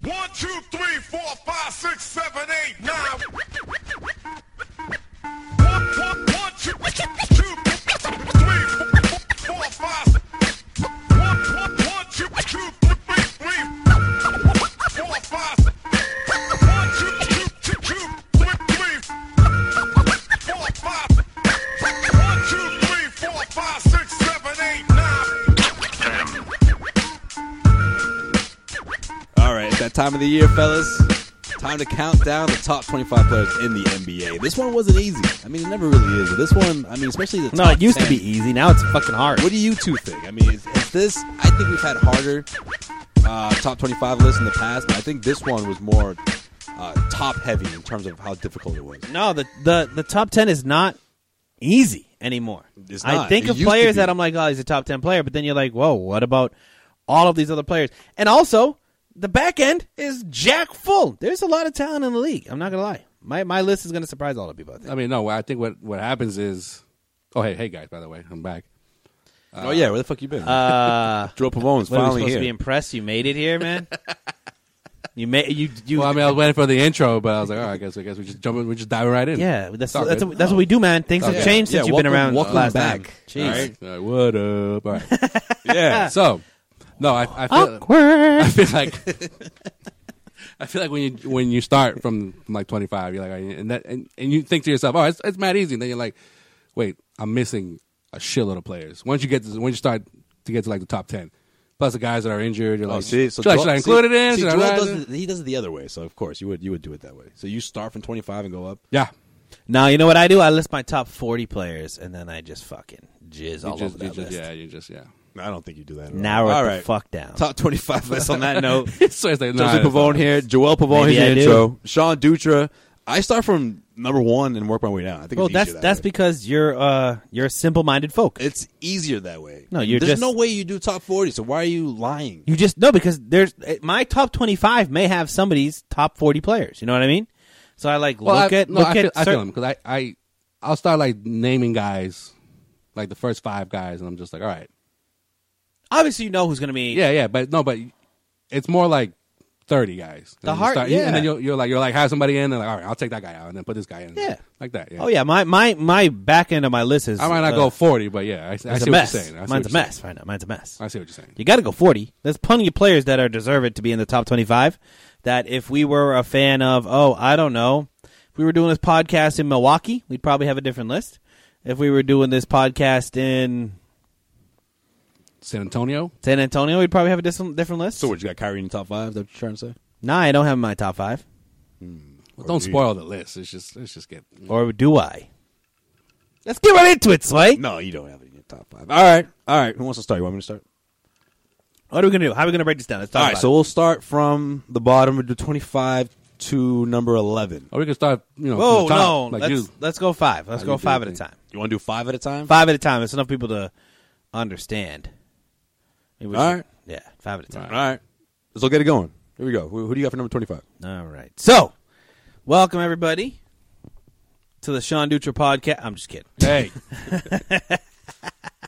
One, two, three, four, five, six, seven, eight, nine. One, one, one, two, two, three, four, four, five, six. One, one, one, two, two, three, three, four, five, six. One, two, two, two, two, three, three, four, five, six. One, two, three, four, five, six, seven, eight, nine. All right, it's that time of the year, fellas. Time to count down the top 25 players in the NBA. This one wasn't easy. I mean, it never really is. But this one, I mean, especially the No, top it used to 10. be easy. Now it's fucking hard. What do you two think? I mean, is, is this? I think we've had harder uh, top 25 lists in the past, but I think this one was more uh, top heavy in terms of how difficult it was. No, the, the the top ten is not easy anymore. It's I not. think It of used to players be. that I'm like, oh, he's a top ten player, but then you're like, whoa, what about all of these other players? And also, the back end is jack full. There's a lot of talent in the league. I'm not gonna lie. My my list is gonna surprise all the people. I think. I mean, no. I think what what happens is, oh hey, hey guys, by the way, I'm back. oh yeah, where the fuck you been? Uh, Joe Pavone's What are we finally supposed here. to be impressed? You made it here, man. you made you you. Well, I mean, I was waiting for the intro, but I was like, all right, I guess I guess we just jump, in- we just dive right in. yeah, that's Sorry. that's, what, that's what we do, man. Things have Yeah. changed Yeah, since you've been welcome- around. welcome last back. Time. All Jeez. right. All right, what up? All right. yeah, So, no, I, I feel Oh. I feel like I feel like when you when you start from, from like 25, you're like, all right, and that and, and you think to yourself, oh, it's it's mad easy. And then you're like, wait, I'm missing a shitload of players. Once you get to, once you start to get to like the top 10, plus the guys that are injured, you're Oh, like, see, so should, I, Joel- should I include it in? See, Should I Joel not? does it- he does it the other way, so of course you would you would do it that way. So you start from 25 and go up. yeah. Now you know what I do. I list my top forty players, and then I just fucking jizz all You over just, you that just, list. yeah, you just, yeah. I don't think you do that. At Now all. we're all the right. fuck down. Top 25 list on that note. so it's like, nah, Joseph it's Pavone not- here. Joel Pavone Maybe here's your I do. intro. Sean Dutra. I start from number one and work my way down. I think well, it's that's easier that that's way. because you're uh you're a simple minded folk. it's easier that way. No, you're there's just- no way you do top forty. So why are you lying? you just no because there's eh, my top twenty five may have somebody's top forty players. You know what I mean? So I like Well, look I, at no, look I at feel, I feel certain- him because I, I I'll start like naming guys, like the first five guys, and I'm just like, all right, obviously you know who's gonna be yeah, yeah, but no, but it's more like. Thirty guys, The And you heart- start- you- yeah. and then you'll, you're like, you're like, have somebody in, and like, all right, I'll take that guy out, and then put this guy in, Yeah. like that. Yeah. Oh yeah, my my my back end of my list is I might not uh, go forty, but yeah, I, I see It's what a you're mess. saying. I see what Mine's a you're mess right now. Mine's a mess. saying. I see what you're saying. You got to go 40. There's plenty of players that are deserved to be in the top 25 that if we were a fan of, oh, I don't know, if we were doing this podcast in Milwaukee, we'd probably have a different list. If we were doing this podcast in San Antonio, San Antonio, we'd probably have a dis- different list. So what you got Kyrie in the top five? Is that what you're trying to say? nah, I don't have my top five. well, Oh, don't spoil the list. It's just, let's just get. Mm. Or do I? Let's get right into it, Slate. No, you don't have it in your top five. All right, all right. Who wants to start? You want me to start? What are we going to do? How are we going to break this down? Let's talk all right, about so it. we'll start from the bottom of the twenty-five to number eleven. Or we can start, you know, Whoa, from the no. top, like let's, you. let's go five. Let's How go you do five your at a thing. time. You want to do five at a time? Five at a time. It's enough people to understand. Maybe we All should- right. Yeah, five at a time. All right, let's all get it going. Here we go. Who, who do you got for number twenty-five? All right. So, welcome everybody to the Sean Dutra podcast. I'm just kidding. Hey,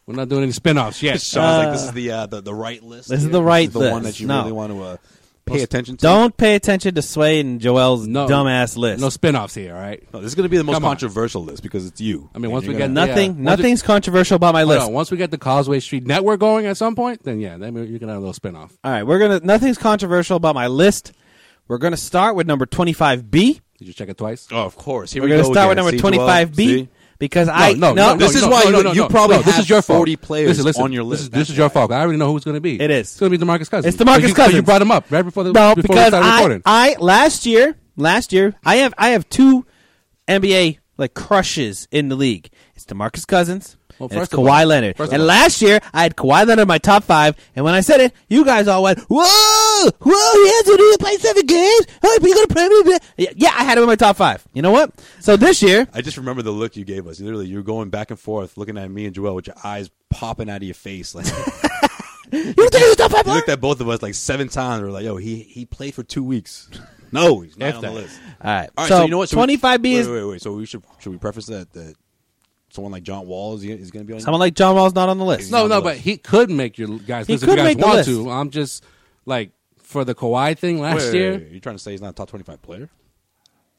we're not doing any spin-offs yet. Sean's like, this is the uh, the, the right list. this is here. the right the one list. that you No. really want to uh, pay attention to. Don't pay attention to Sway and Joel's dumbass list. No spin-offs here, all right? No, this is going to be the most Come on. controversial list because it's you. I mean, once You're we gonna- get Nothing. yeah. Once we- Nothing's controversial about my Hold list. on, once we get the Causeway Street network going at some point, then yeah, then you can have a little spinoff. All right, we're gonna. Nothing's controversial about my list. We're gonna start with number 25B. Did you check it twice? Oh, of course. Here We're we gonna go start with again. number See, Joel? 25B See? because I no, no, no, this no, is no, why no, you- no, no, you no. probably no, this have is your fault. 40 players Listen, listen, on your This list. is, this is your fault. I already know who's going to be. It is. It's going to be DeMarcus Cousins. It's DeMarcus But you, but You Cousins. brought him up right before the No, before because we started I, recording. I last year, last year, I have I have two NBA like crushes in the league. It's Demarcus Cousins Well, and it's first of all- Kawhi Leonard. first of And all- last year, I had Kawhi Leonard in my top five. And when I said it, you guys all went, "Whoa, whoa, he has to do play seven games. Oh, we gonna play?" blah, blah." Yeah, yeah, I had him in my top five. You know what? So this year, I just remember the look you gave us. Literally, you were going back and forth looking at me and Joel with your eyes popping out of your face. Like, you you think he's a top five? player? looked at both of us like seven times. We are like, yo, he, he played for two weeks. No, he's not F on that. the list. All right. All right, so, you know what? So we- 25B wait, is Wait, wait, wait. So we should, should we preface that, that someone like John Wall is, is going to be on someone like John Wall's not on the list. no, no, but he could make your guys He listen if could you guys make the want list. to. I'm just like for the Kawhi thing last Wait, year. you trying to say he's not a top twenty-five player?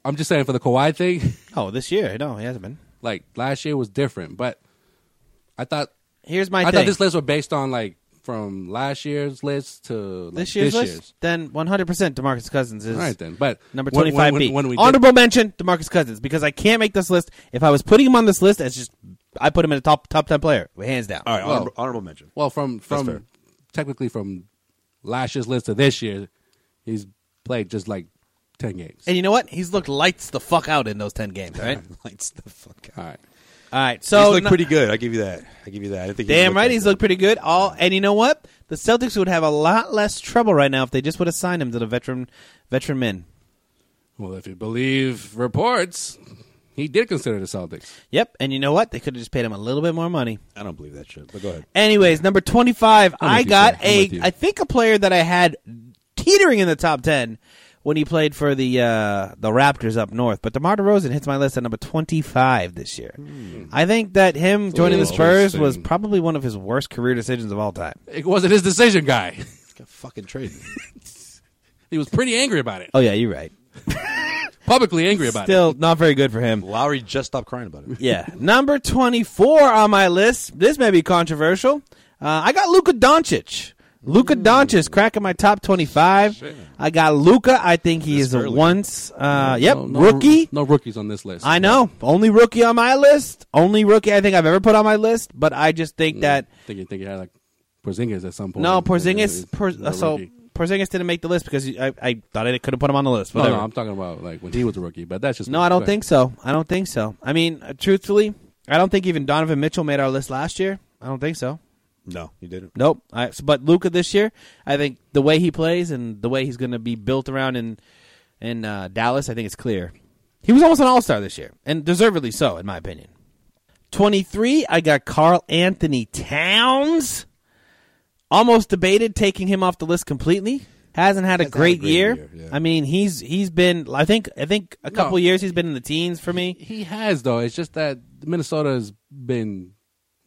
I'm just saying for the Kawhi thing, Oh, this year? No, he hasn't been. like last year was different. But I thought Here's my I, thing. thought this list was based on like from last year's list to like, this year's this list, then 100% DeMarcus Cousins is All right then, but number when- 25B. when- when- when we did- Honorable mention, DeMarcus Cousins, because I can't make this list. If I was putting him on this list, it's just I put him in a top top 10 player, hands down. All right, Well- honorable, honorable mention. Well, from fair. from technically from last year's list to this year, he's played just like ten games. And you know what? He's looked lights the fuck out in those 10 games, all right? Lights the fuck out. All right, all right. So he's looked no- pretty good. I give you that. I give you that. I didn't think. he Damn looked right, that he's good. looked pretty good. All and you know what? The Celtics would have a lot less trouble right now if they just would have signed him to the veteran veteran men. Well, if you believe reports, he did consider the Celtics. Yep, and you know what? They could have just paid him a little bit more money. I don't believe that shit. But go ahead. Anyways, number 25, I'm I with you, got sir. I'm with a you. I think a player that I had teetering in the top 10 when he played for the uh, the Raptors up north, but DeMar DeRozan hits my list at number 25 this year. I think that him joining the Spurs was Interesting. probably one of his worst career decisions of all time. It wasn't his decision, guy. Got fucking traded. He was pretty angry about it, Oh yeah, you're right. publicly angry about it. Still not very good for him. Lowry just stopped crying about it. Yeah, number twenty-four on my list. This may be controversial. Uh, I got Luka Doncic. Luka Doncic cracking my top twenty-five. I got Luka. I think he is a early. once. Uh, yep, No- no- rookie. No rookies on this list. I know. Only rookie on my list. Only rookie I think I've ever put on my list. But I just Mm. think that think you think you had like Porzingis at some point. no He's Porzingis. a Per, rookie. so Porzingis didn't make the list because I, I thought I couldn't put him on the list. no, Whatever. no, I'm talking about like when he was a rookie, but that's just No, I don't think so. I don't think so. I mean, uh, truthfully, I don't think even Donovan Mitchell made our list last year. I don't think so. No, he didn't. Nope. I, but Luca this year, I think the way he plays and the way he's going to be built around in in uh, Dallas, I think it's clear. He was almost an All Star this year, and deservedly so, in my opinion. Twenty three. I got Carl Anthony Towns. Almost debated taking him off the list completely. Hasn't had a had a great, great year. year, yeah. I mean, he's he's been. I think I think a couple years he's been in the teens for me. He has though. It's just that Minnesota has been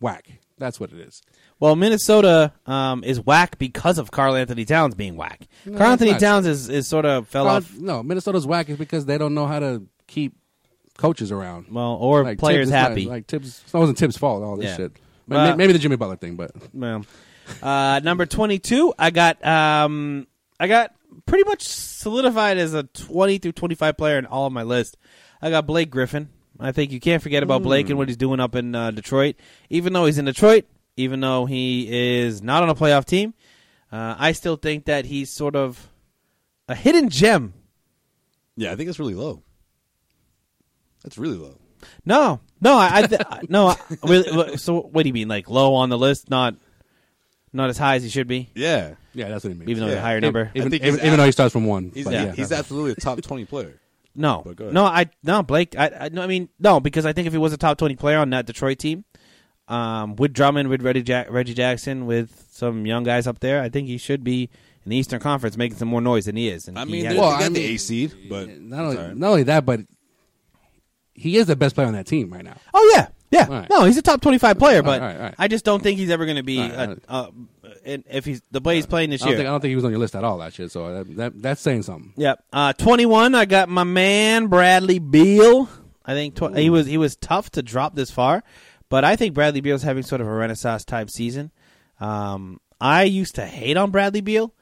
whack. That's what it is. Well, Minnesota um, is whack because of Carl Anthony Towns being whack. Carl that's Anthony not Towns is, is sort of fell Uh, off, no, Minnesota's whack is because they don't know how to keep coaches around. well, or Like, players Tibbs, it's not- happy. like Tibbs, it wasn't Tibbs' fault. All this Yeah. shit. May- Well- maybe the Jimmy Butler thing, but Well, uh, number twenty-two, I got um, I got pretty much solidified as a twenty through twenty-five player in all of my list. I got Blake Griffin. I think you can't forget about Blake and Hmm. what he's doing up in uh, Detroit. Even though he's in Detroit, even though he is not on a playoff team, uh, I still think that he's sort of a hidden gem Yeah, I think it's really low. That's really low. No, no, I, I th- I- no. I, really, well, so what do you mean, like low on the list, not not as high as he should be, Yeah, yeah, that's what he means. even though it's a Yeah. higher number? even, think even, he's even though out. he starts from one, he's but yeah, yeah, he's that's- absolutely a top twenty player. no, But go ahead. no, I no Blake. I, I no, I mean no because I think if he was a top twenty player on that Detroit team, um, with Drummond, with Reggie, Jack- Reggie Jackson, with some young guys up there, I think he should be in the Eastern Conference making some more noise than he is. And I he mean, has- they, Well, they got I the mean, A seed, but Not only, it's all right. not only that, but he is the best player on that team right now. Oh yeah, yeah. Alright. No, he's a top twenty-five player, but alright, alright. I just don't think he's ever going to be. Alright, alright. uh, uh, and if he's the way he's playing this Uh, I don't, year, think, I don't think he was on your list at all last year, so that, that that's saying something. Yep. Uh, 21. I got my man Bradley Beal. I think tw- he was he was tough to drop this far, but I think Bradley Beal's having sort of a renaissance type season. Um, I used to hate on Bradley Beal,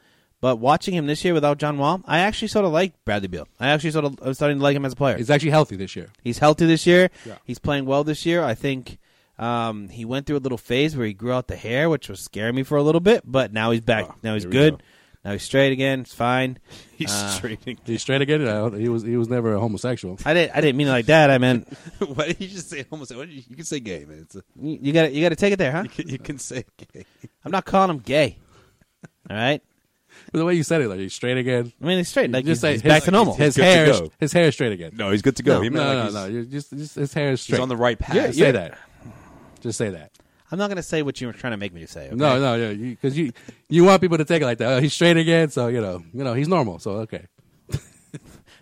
but watching him this year without John Wall, I actually sort of like Bradley Beal. I actually sort of I'm starting to like him as a player. He's actually healthy this year. He's healthy this year. Yeah. He's playing well this year. I think um, he went through a little phase where he grew out the hair, which was scaring me for a little bit. But now he's back. Oh, now he's here we good. go. Now he's straight again. It's fine. he's trading. He's straight again. Uh, He was he was never a homosexual. I didn't. I didn't mean it like that. I meant Why did you just say almost? What did you, you can say gay, man. It's a, you you gotta. You gotta take it there, huh? you, can, you can say gay. I'm not calling him gay. All right. But the way you said it, like he's straight again. I mean, he's straight. Like he's, Just say he's his- back to normal. His Good to hair, is- go. his hair is straight again. No, he's good to go. No, he meant no, like no, he's, no. You're just, just his hair is straight. he's on the right path. Yeah, say that. Just say that. I'm not gonna say what you were trying to make me say. okay? No, no, no, because you, you want people to take it like that. Oh, he's straight again, so you know, you know, he's normal. So okay,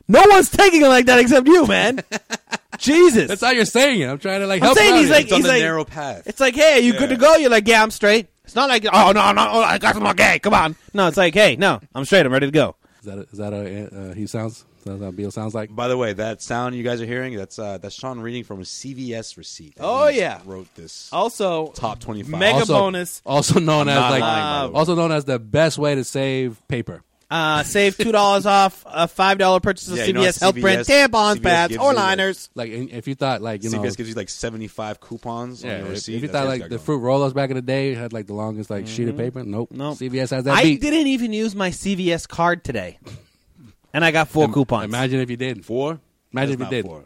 No one's taking it like that except you, man. Jesus. that's how you're saying it. I'm trying to like help. saying out he's here. like- It's on the like- narrow path. it's like, hey, are you good to go? You're like, yeah, I'm straight. It's not like oh no no oh, I got some more gay. Come on. No, it's like hey no I'm straight. I'm ready to go. Is that is that a, uh, he sounds? Is that how Beal sounds like? By the way, that sound you guys are hearing, that's uh, that's Sean reading from a CVS receipt. Oh, He yeah. wrote this Also, top twenty-five. Mega Also- bonus. Also known as not like lying, by the way. also known as the best way to save paper. uh, save two dollars off a five dollar purchase of Yeah, CVS you know what health CVS brand tampons, gives pads, you, or like- liners. Like and if you thought like you know CVS gives you like seventy-five coupons yeah, on your if- receipt. if you that's thought what it's like got the going. fruit roll-ups back in the day had like the longest like sheet of paper. Nope, Mm-hmm. Nope. CVS has that I beat. didn't even use my CVS card today, and I got four coupons. Imagine if you did. four. Imagine if you That's did. not four.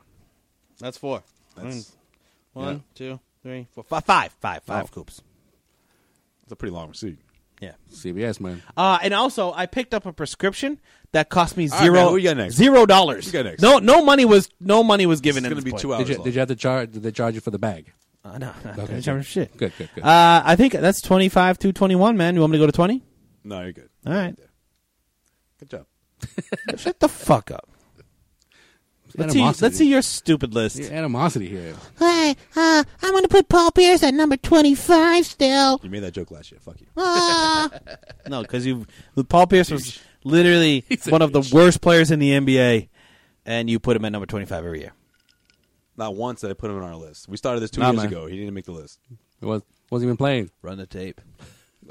that's four. That's, One, two, three, four, fi- five, five, five Oh. coops. that's a pretty long receipt. Yeah. CVS man. Uh, and also, I picked up a prescription that cost me All right, zero man, what you got next? zero dollars. What you got next? No, no money was no money was given. It's in gonna this be point. two hours. Did you, did you have to charge? Did they charge you for the bag? Uh, no, no, Okay, no, good. shit. Good, good, good. Uh, I think that's twenty five to twenty one. Man, you want me to go to twenty? No, you're good. All right. Good job. Shut the fuck up. Let's see, Animosity. let's see your stupid list. Yeah, animosity here. Hey, uh, I'm gonna put Paul Pierce at number 25 still. You made that joke last year. Fuck you. Uh, No, because you Paul Pierce was literally a one of the worst players in the NBA, and you put him at number twenty five every year. Not once did I put him on our list. We started this two Nah, years man. ago. He didn't make the list. It was wasn't even playing. Run the tape.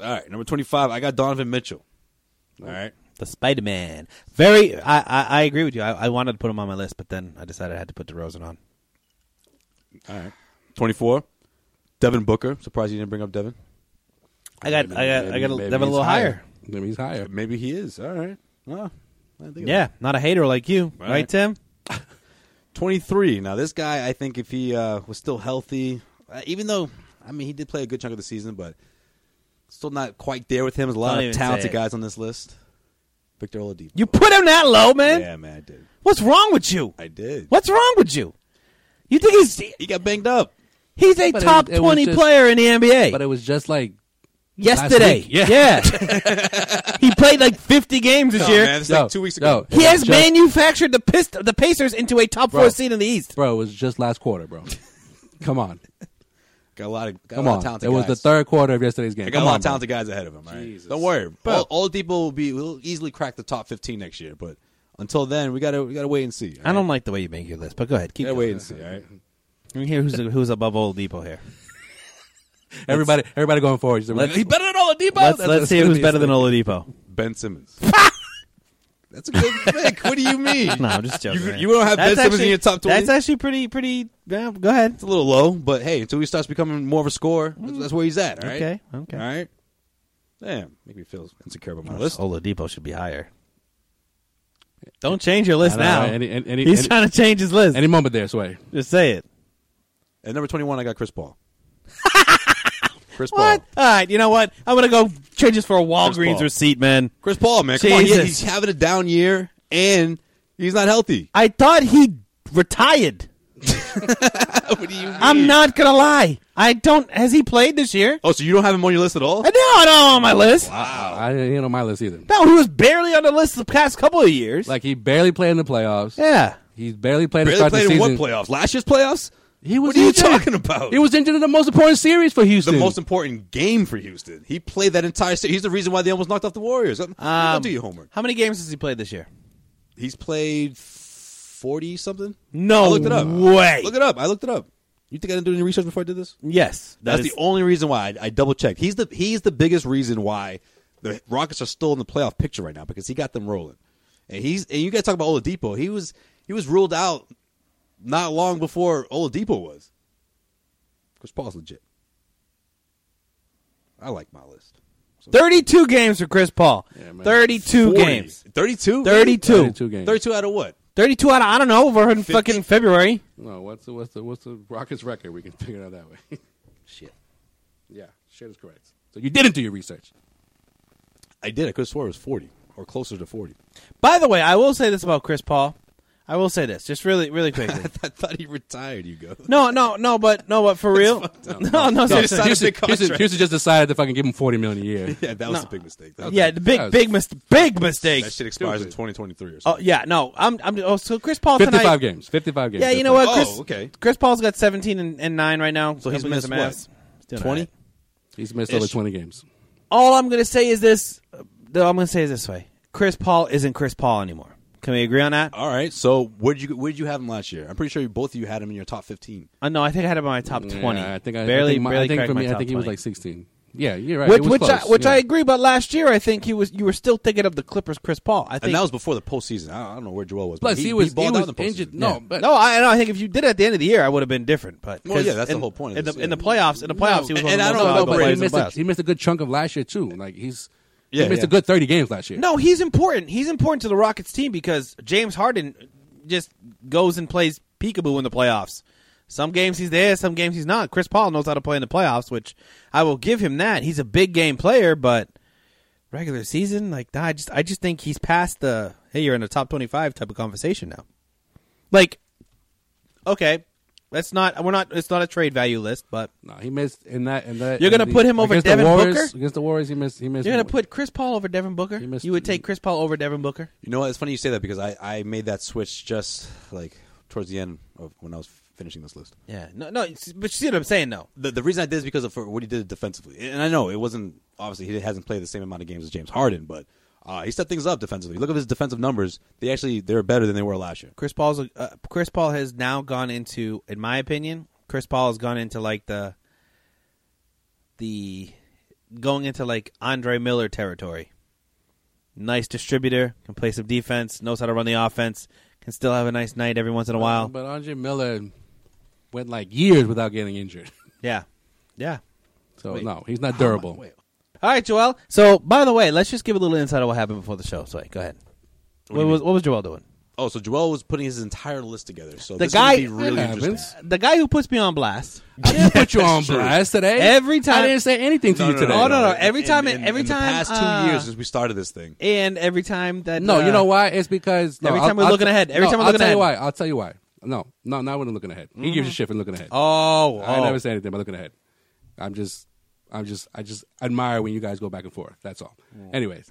All right, number twenty-five. I got Donovan Mitchell. All right. The Spider Man. Very. I, I I agree with you. I, I wanted to put him on my list, but then I decided I had to put DeRozan on. All right. 24. Devin Booker. Surprised you didn't bring up Devin. I got I got I got a, Maybe them a he's little higher. Maybe he's higher. Maybe he is. All right. Well, I think of Yeah, that. not a hater like you, right, Right. Tim? 23. Now, this guy, I think if he uh, was still healthy, uh, even though, I mean, he did play a good chunk of the season, but still not quite there with him. There's a lot Don't of even say talented it. guys on this list. Victor Oladipo. You put him that low, man. Yeah, man, I did. What's wrong with you? I did. What's wrong with you? You think he's He got banged up. he's a But it- top it was twenty just- player in the NBA? But it was just like yesterday. Last week, yeah. he played like 50 games this No, year. man, it's No, like two weeks no. ago. He has Just- manufactured the pist- the Pacers into a top Bro. four seed in the East. bro. It was just last quarter, bro. Come on, Got a lot of, got a come lot of on. It talented was the guys. third quarter of yesterday's game. I got come a lot on, of talented guys ahead of him. All right? Jesus. Don't worry, all, all people will be will easily crack the top fifteen next year. But until then, we gotta we gotta wait and see. all I right? don't like the way you make your list, but go ahead. Keep gotta going. wait and see. All right, Let me hear who's, who's above Old Depot here. bro. Everybody, everybody going forward. He's Let's- he's better than Let's, Oladipo. That's- let's that's see gonna who's be better his than thing. Old Depot. Ben Simmons. That's a good pick. What do you mean? No, I'm just joking. You- man. you don't have Ben Simmons in actually- your top 20? That's actually pretty, pretty. Yeah, go ahead. It's a little low, but hey, until he starts becoming more of a scorer, that's, that's where he's at. All right. Okay, okay. All right. Damn, make me feel insecure about my list. Old Depot should be higher. Don't change your list I don't now. know. Any- any- any- He's any- trying to change his list. Any moment there, sway. just say it. At number twenty-one, I got Chris Paul. Chris What? Paul. All right, you know what? I'm going to go change this for a Walgreens Paul. receipt, man. Chris Paul, man. Come on, he- Jesus. he's having a down year, and he's not healthy. I thought he retired. what do you mean? I'm not gonna lie. I don't. Has he played this year? Oh, so you don't have him on your list at all? No, I don't on my list. I didn't hit on my list either. No, he was barely on the list the past couple of years. Like he barely played in the playoffs. yeah, He's barely played. to Barely start the played in what season. playoffs? Last year's playoffs? He was What are you injured. talking about? He was injured in the most important series for the Houston. most important game for Houston. He played that entire series. He's the reason why they almost knocked off the Warriors. Um, Um, Don't do your homework. How many games has he played this year? He's played forty something. No I looked it up. way. Look it up. I looked it up. You think I didn't do any research before I did this? Yes, that That's is- the only reason why I, I double checked. He's the he's the biggest reason why the Rockets are still in the playoff picture right now because he got them rolling. And he's and you guys talk about Oladipo. He was he was ruled out not long before Oladipo was. Chris Paul's legit. I like my list. 32 games for Chris Paul. Yeah, man. 32 games. 32? 32. 32 games. 32 out of what? 32 out of I don't know. Over in 50? fucking February. No, what's the what's the what's the Rockets record? We can figure it out that way. Shit. yeah, shit is correct. So you didn't do your research. I did. I could have swore it was 40 or closer to 40. By the way, I will say this about Chris Paul. I will say this just really, really quickly. I thought he retired, you go. no, no, no, but no, but for real. No, no, He decided seriously. Houston, big Houston, contract. Houston just decided to fucking give him forty million a year. Yeah, that was a big mistake. That was Yeah, a- the That was- big, big, mis- big mistake. that shit expires in stupid. 2023 or something. Oh yeah, no, I'm. I'm oh, so Chris Paul tonight. Fifty-five games. Fifty-five games. Yeah, you know Oh, what? Chris, okay. Chris Paul's got 17 and, and nine right now. So he's Somebody does missed the what? math. Doing all 20? right. He's missed over Ish. 20 games. all I'm going to say is this. uh, I'm going to say it this way: Chris Paul isn't Chris Paul anymore. Can we agree on that? All right. So where did you where did you have him last year? I'm pretty sure you, both of you had him in your top 15. Uh, no, I think I had him on my top twenty. Yeah, I think I barely, I think, my- barely I think cracked for me, my I top think he was 20. like 16. Yeah, you're right. which, It was which, I, close, which I yeah. agree. But last year, I think he was. You were still thinking of the Clippers, Chris Paul. I think And that was before the postseason. I don't, I don't know where Joel was. but Plus, he, was, balled he out was in the postseason. injured. No, Yeah. but no. I know. I think if you did it at the end of the year, I would have been different. But Well, yeah, 'cause that's the in- whole point of In the, this, in yeah. the playoffs, in the playoffs, he was and- and one of the I most don't know No, about valuable but he players in missed, the a, playoffs. he missed a good chunk of last year too. Like he's Yeah, he missed yeah. a good thirty games last year. No, he's important. He's important to the Rockets team because James Harden just goes and plays peekaboo in the playoffs. Some games he's there, some games he's not. Chris Paul knows how to play in the playoffs, which I will give him that. He's a big game player, but regular season, like nah, I just I just think he's past the hey, you're in the top twenty five type of conversation now. Like okay. That's not we're not it's not a trade value list, but no, he missed in that. In that You're gonna in the- put him over against Devin the Warriors, Booker? Against the Warriors, he missed. He missed. you're gonna put Chris Paul over Devin Booker. missed- You would take Chris Paul over Devin Booker. You know what? It's funny you say that because I, I made that switch just like towards the end of when I was finishing this list. Yeah. No no but you see what I'm saying though. The, the reason I did is because of for what he did defensively. And I know it wasn't obviously he hasn't played the same amount of games as James Harden, but uh, he stepped things up defensively. Look at his defensive numbers; they actually they're better than they were last year. Chris Paul's a- uh, Chris Paul has now gone into, in my opinion, Chris Paul has gone into like the the going into like Andre Miller territory. Nice distributor, can play some defense, knows how to run the offense, can still have a nice night every Uh, once in a while. But Andre Miller went like years without getting injured. Yeah, yeah. So no, he's not durable. All right, Joel. So, by the way, let's just give a little insight of what happened before the show. So, go ahead. What, was what was Joel doing? Oh, so Joel was putting his entire list together. So The this is gonna guy- be really That interesting. happens. The guy who puts me on blast. I didn't put you on That's true. blast today. Every time- I didn't say anything to No, you no, today. Oh, no, no. Every In- time- in, every in the time, past two uh, years since we started this thing. And every time that No, you uh, know why? It's because no, Every I'll- time we're I'll- looking ahead. Every no, time we're I'll looking tell you why. ahead. Mm-hmm. I'll tell you why. No, no, not when I'm looking ahead. He gives a shit for looking ahead. Oh, I oh. never say anything about looking ahead. I'm just, I'm just, I just admire when you guys go back and forth. That's all. Anyways,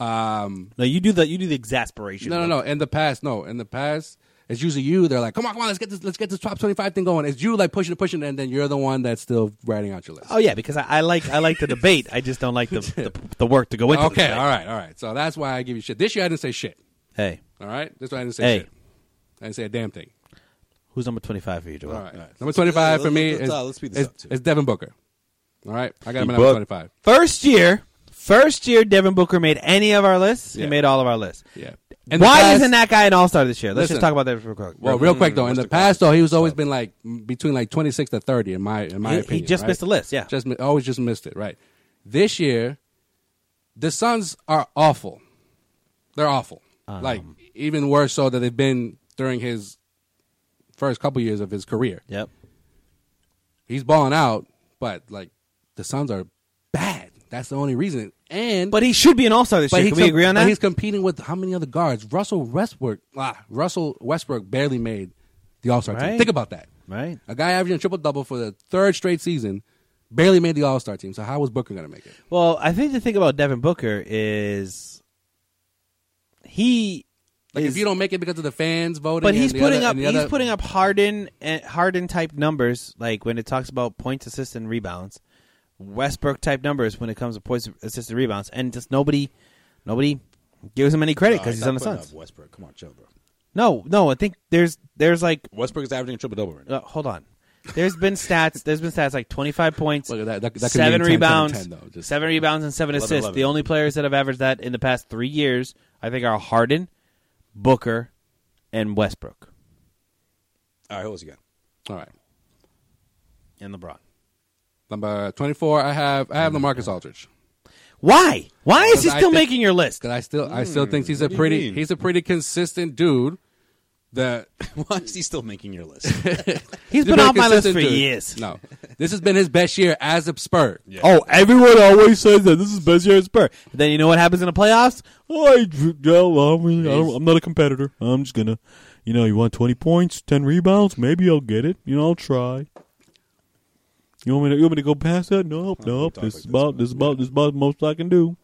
um, No, you do the you do the exasperation. no, no, no. In the past, no. In the past, it's usually you. They're like, come on, come on, let's get this, let's get this top twenty-five thing going. It's you like pushing and pushing, and then you're the one that's still writing out your list. Oh yeah, because I, I like I like the debate. I just don't like the the, the work to go into. the okay, debate. all right, all right. So that's why I give you shit. This year I didn't say shit. Hey, All right, that's why I didn't say Hey. shit. I didn't say a damn thing. who's number twenty five for you, Joel? All right. Number 25 for Let's- me let's- is, let's speed this is, up, too. is Devin Booker. All right. I got him at Book. number 25. First year, first year, Devin Booker made any of our lists. Yeah. He made all of our lists. Yeah. Why the past- isn't that guy an all star this year? Let's Listen. just talk about that real quick. Well, real quick, though. In the past, though, he was always been like m- between like 26 to 30, in my, in my He- he opinion. just right? missed the list, yeah. Just mi- Always just missed it, right. This year, the Suns are awful. They're awful. Um. like, even worse so that they've been during his first couple years of his career. yep. He's balling out, but like, the Suns are bad. That's the only reason. And But he should be an all star this But year. he Can we com- agree on but that? He's competing with how many other guards? Russell Westbrook. Ah, Russell Westbrook barely made the All Star Right. team. Think about that. Right. A guy averaging a triple double for the third straight season barely made the All Star team. So how was Booker going to make it? Well, I think the thing about Devin Booker is he Like is if you don't make it because of the fans voting, But and he's the putting other- up and the he's other- putting up Harden and Harden type numbers like when it talks about points, assists, and rebounds. Westbrook type numbers when it comes to points, assists, and rebounds, and just nobody nobody gives him any credit Alright, because he's stop on the putting Suns. up Westbrook, come on, chill, bro. No, no, I think there's there's like Westbrook is averaging a triple double right now. uh, hold on. There's been stats. There's been stats like 25 points, Look at that. That- that could be seven 10, 10, rebounds, 10, though. Just- seven rebounds, and seven 11, assists. The 11. only players that have averaged that in the past three years, I think, are Harden, Booker, and Westbrook, All right, who else you got? All right. and LeBron. Number twenty four, I have I have Lamarcus Aldridge Why? Why is he Because I still think- making your list? because I still I Hmm, still think he's a do you pretty mean? he's a pretty consistent dude. That Why is he still making your list? He's been a on my list for consistent dude. years. No, this has been his best year as a Spur. Oh, everyone always says that this is best year at Spurs. Then you know what happens in the playoffs? Oh, I, well, I'm, really- I don't, I'm not a competitor. I'm just gonna, you know, you want 20 points, 10 rebounds, maybe I'll get it. You know, I'll try. You want me to, you want me to go past that? Nope, nope. talk This like is this, about this is about this is about the most I can do.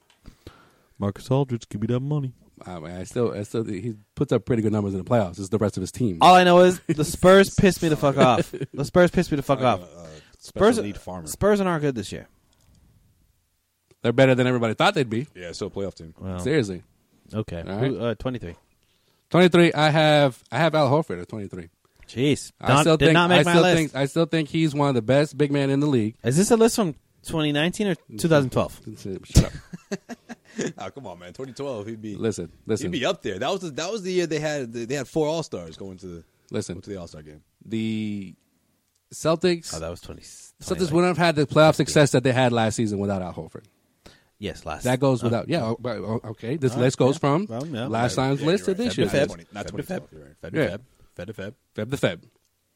Marcus Aldridge, give me that money. I, mean, I still, I still, he puts up pretty good numbers in the playoffs. It's the rest of his team. All I know is the Spurs pissed me the fuck off. The Spurs pissed me the fuck off. Uh, special Spurs, need farmer. Spurs are not good this year. They're better than everybody thought they'd be. Yeah, so playoff team. Well, Seriously. okay. All right. Who- uh, 23. 23, I have I have Al Horford at 23. Jeez. I Not- still did think not make I my still list. think I still think he's one of the best big men in the league. Is this a list from 2019 or 2012? Shut up. Oh, come on, man. 2012, he'd be listen, he'd listen. be up there. That was the, that was the year they had they had four All Stars going to the Listen. going to the All Star game. The Celtics Oh, that was 20. 20 Celtics wouldn't have had the playoff success that they had last season without Al Horford. Yes, last. That goes without, yeah. oh, but, oh, Okay, this list goes from Well, yeah. last Right. time's Yeah, list you're to right. this Feb year's to list. Feb. Not 2012. You're right. Feb to Yeah. Feb. Feb to Feb. Feb to Feb.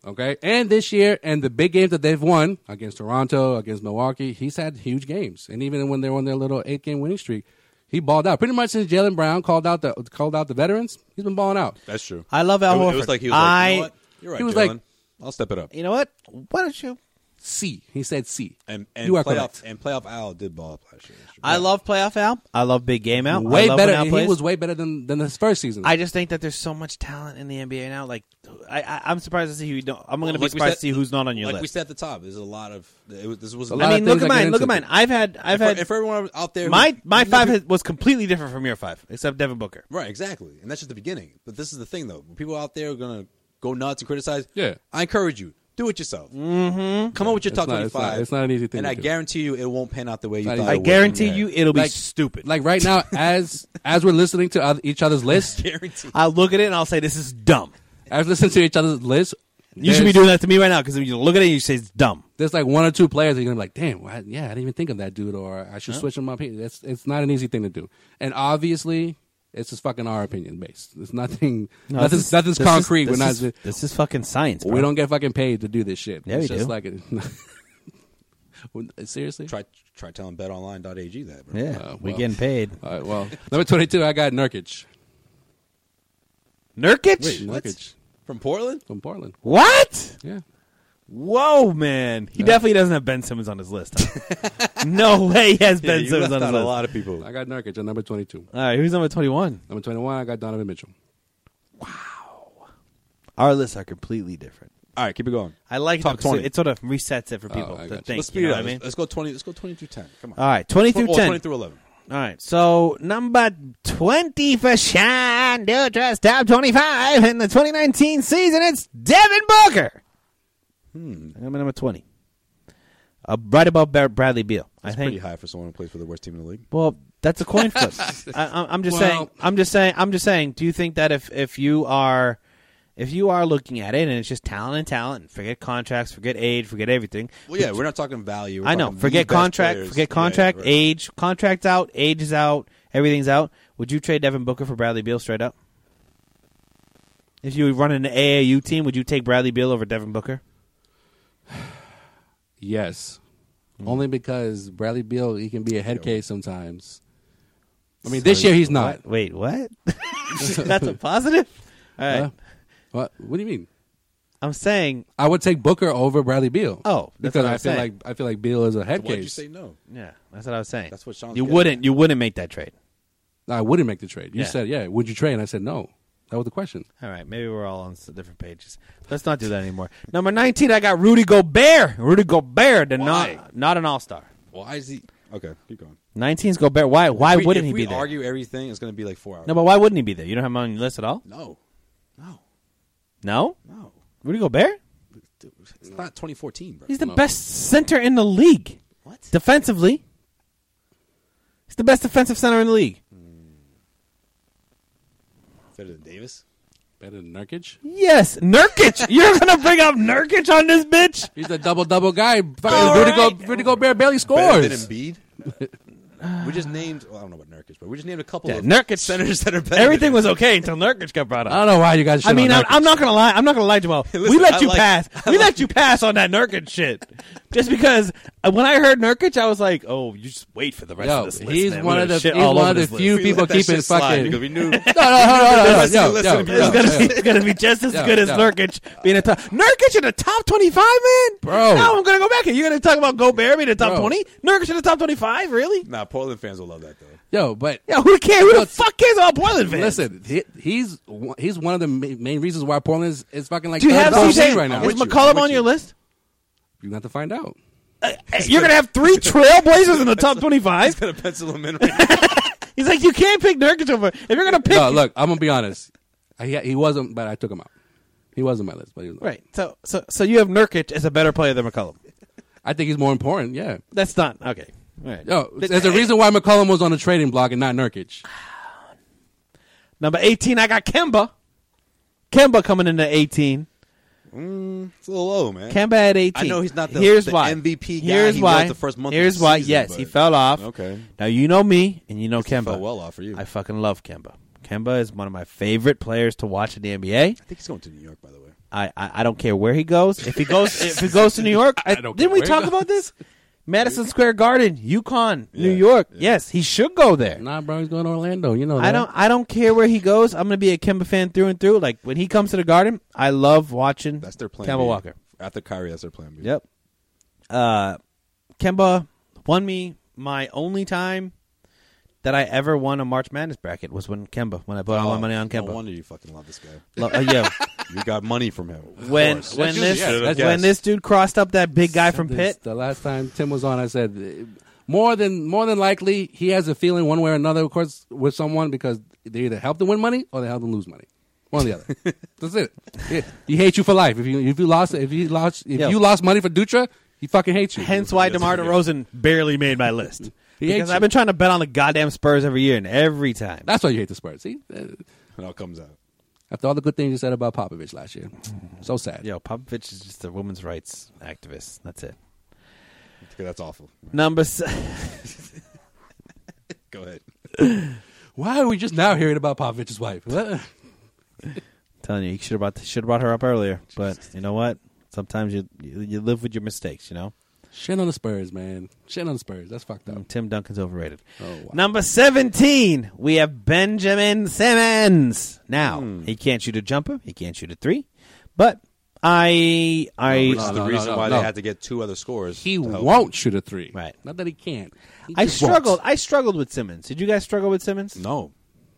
Okay, and this year and the big games that they've won against Toronto, against Milwaukee, he's had huge games. And even when they were on their little eight game winning streak, he balled out. Pretty much since Jalen Brown called out the called out the veterans, he's been balling out. That's true. I love Al it, was- It Horford. was like he was like, you I- know what? You're right, he was Jalen. like- I'll step it up. You know what? Why don't you? C, he said C. And and you are playoff correct. and playoff Al did ball up last year. I love playoff Al. I love big game Al. I Way love when better. Al He plays. was way better than than his first season. I just think that there's so much talent in the NBA now. Like, I, I I'm surprised to see who you don't. I'm going Like to we be surprised said- to see who's not on your like we list. said at the top, there's a lot of it was, this was A not- lot I of mean, look things at I get mine. Look into. at mine. I've had I've if, had if everyone out there who- my my five has, was completely different from your five, except Devin Booker. Right, exactly. And that's just the beginning. But this is the thing, though. When people out there are going to go nuts and criticize, Yeah. I encourage you. Do it yourself. Mm-hmm. Come up with your top not- it's 25. not- it's not an easy thing And to I do. guarantee you it won't pan out the way you not thought easy. it I would. guarantee Yeah. you, it'll be Like- stupid. like right now, as as we're listening to oth- each other's lists, Guarantee. I'll look at it and I'll say this is dumb. as we listen to each other's lists, You should be doing that to me right now because you look at it and you say it's dumb. There's like one or two players that you're gonna be like, damn, why yeah, I didn't even think of that dude, or I should switch him up here. That's it's not an easy thing to do, and obviously. It's just fucking our opinion based. It's nothing. nothing's, nothing's concrete. Is, We're not. this, is, this is fucking science. Bro. we don't get fucking paid to do this shit. Yeah, it's we just do. like a, seriously. Try, try telling betonline.ag that. Bro. Yeah, Uh, we're well. getting paid. All right. Well, number twenty-two. I got Nurkic. Nurkic? Wait, What? Nurkic From Portland? from Portland. What? Yeah. Whoa, man! He definitely doesn't have Ben Simmons on his list. huh? no way he has Ben you Simmons left on his out a list. lot of people. I got Nurkic at number twenty-two. All right, who's number twenty-one? Number twenty-one. I got Donovan Mitchell. Our lists are completely different. All right, keep it going. I like Top it. though, 'cause 20. It sort of resets it for people I to gotcha. think. let's speed you know it what up. I mean? Let's go 20. Let's go 20 through 10. Come on. All right, twenty through Well, ten. 20 through 11. All right, so number twenty for Sean Dutra's top twenty-five in the twenty nineteen season. It's Devin Booker. Hmm. I'm at number twenty. Uh, right above Bar- Bradley Beal. I That's think pretty high for someone who plays for the worst team in the league. Well, that's a coin flip. I, I'm- I'm just Well- saying. I'm just saying. I'm just saying. Do you think that if if you are if you are looking at it and it's just talent and talent, and forget contracts, forget age, forget everything. Well, yeah, we're not talking value. We're I know. talking the Forget best contract. players. Forget Right, contract. right. Age. Contracts out. Age is out. Everything's out. Would you trade Devin Booker for Bradley Beal straight up? If you were running an AAU team, would you take Bradley Beal over Devin Booker? Yes. Mm-hmm. Only because Bradley Beal, he can be a head case sometimes. I mean, this year he's not. What? Wait, what? that's a positive. All right. Huh? What? What do you mean? I'm saying. I would take Booker over Bradley Beal. Oh, that's because what I'm I feel saying. like I feel like Beal is a head Why would you case. say no? Yeah, that's what I was saying. That's what Sean's You getting wouldn't. You wouldn't make that trade. I wouldn't make the trade. You Yeah. said, yeah, would you trade? And I said no. That was the question. All right, maybe we're all on s- different pages. Let's not do that anymore. Number nineteen, I got Rudy Gobert. Rudy Gobert, the Why? not not an all star. Why is he? Okay, keep going. 19's Gobert. Why? Why If we- wouldn't if he we be there? argue everything, it's going to be like four hours. no, but why wouldn't he be there? You don't have him on your list at all. no, no, No, no. Rudy Gobert. Dude, It's not 2014, bro. He's the best center in the league What? defensively. He's the best defensive center in the league. Better than Davis. Better than Nurkic. Yes, Nurkic. You're gonna bring up Nurkic on this bitch? He's a double double guy. All Fucking Rudy, Go- right. Rudy Gobert barely Better than scores. Embiid. we just named. Well, I don't know about Nurkic, but we just named a couple Yeah, of Nurkic centers that are better. Everything than was okay until Nurkic got brought up. I don't know why you guys. shit I mean, on I'm, Nurkic. I'm not gonna lie. I'm not gonna lie, Jamal. we Listen, let I you like- pass. we let you pass on that Nurkic shit, just because uh, when I heard Nurkic, I was like, "Oh, you just wait for the rest Yo, of this list." he's man. We're one of gonna the shit he's all one over of the this list." few We let people that keeping shit slide fucking. because we knew. No, no, no, no, no, Listen, no, listen, no, listen. no, It's no. gonna, it's gonna be just as Yeah, good as yeah. Nurkic being a top. Nurkic in the top twenty-five, man, Bro. Now I'm gonna go back here. You're gonna talk about Gobert being in the top Bro. twenty, Nurkic in the top twenty-five, really? Nah, Portland fans will love that though. Yo, but Yeah, who cares? Who Yo, the fuck cares about Portland fans? Listen, he, he's one- he's one of the ma- main reasons why Portland is, is fucking like do you third have bottom CJ seed right now. Is with you. McCollum I'm with on your you. list? You have to find out. You're gonna have three Trailblazers in the top twenty-five. Gonna pencil him in. Right He's like, you can't pick Nurkic over. If you're gonna pick, No, look, I'm gonna be honest. He, he wasn't, but I took him out. He was on my list, but he was right? So, so, so you have Nurkic as a better player than McCollum. I think he's more important. Yeah. That's not okay. All right. Yo, there's a reason why McCollum was on the trading block and not Nurkic. Number eighteen, I got Kemba. Kemba coming into eighteen. it's a little low, man. Kemba at 18. I know he's not the- Here's the why. MVP guy Here's he why. was the first month of Here's the why. season, yes, but- he fell off. Okay. Now you know me, and you know Kemba. fell well off for you. I fucking love Kemba. Kemba is one of my favorite players to watch in the NBA. I think he's going to New York, by the way. I I, I don't care where he goes. If he goes, if he goes to New York, I, don't care didn't we where he talk goes. about this? Madison Square Garden, Yukon, New Yeah, York. Yes, he should go there. Nah, bro, he's going to Orlando. You know that. I don't. I don't care where he goes. I'm gonna be a Kemba fan through and through. Like when he comes to the Garden, I love watching. That's their plan. Kemba B. Walker. After Kyrie, that's their plan. B. Yep. Uh, Kemba won me my only time that I ever won a March Madness bracket was when Kemba when I put all my Oh, money on Kemba. No wonder you fucking love this guy. Lo- uh, yeah. You got money from him. Of When course. when this yeah, when that's- this dude crossed up that big guy from This- Pitt, The last time Tim was on, I said eh, more than more than likely he has a feeling one way or another, of course, with someone because they either help them win money or they help them lose money. One or the other. That's it. He, he hates you for life. If you if you lost if you lost if Yo. you lost money for Dutra, he fucking hates you. hence why DeMar DeRozan barely made my list. He hates because you. I've been trying to bet on the goddamn Spurs every year and every time. That's why you hate the Spurs. See, Eh, it all comes out. after all the good things you said about Popovich last year, so sad. Mm. Yo, Popovich is just a women's rights activist. That's it. That's awful. Number se- Go ahead. Why are we just now hearing about Popovich's wife? What? telling you, you should have brought should have brought her up earlier. But you know what? Sometimes you you you live with your mistakes. You know, Shit on the Spurs, man. Shit on the Spurs. That's fucked up. Tim Duncan's overrated. Oh, wow. Number seventeen, we have Benjamin Simmons. Now Hmm. he can't shoot a jumper. He can't shoot a three. But I I Which is the no, no, reason no, why no. they had to get two other scores. He to help won't shoot a three. Right. Not that he can't. He I just won't. struggled. I struggled with Simmons. Did you guys struggle with Simmons? No.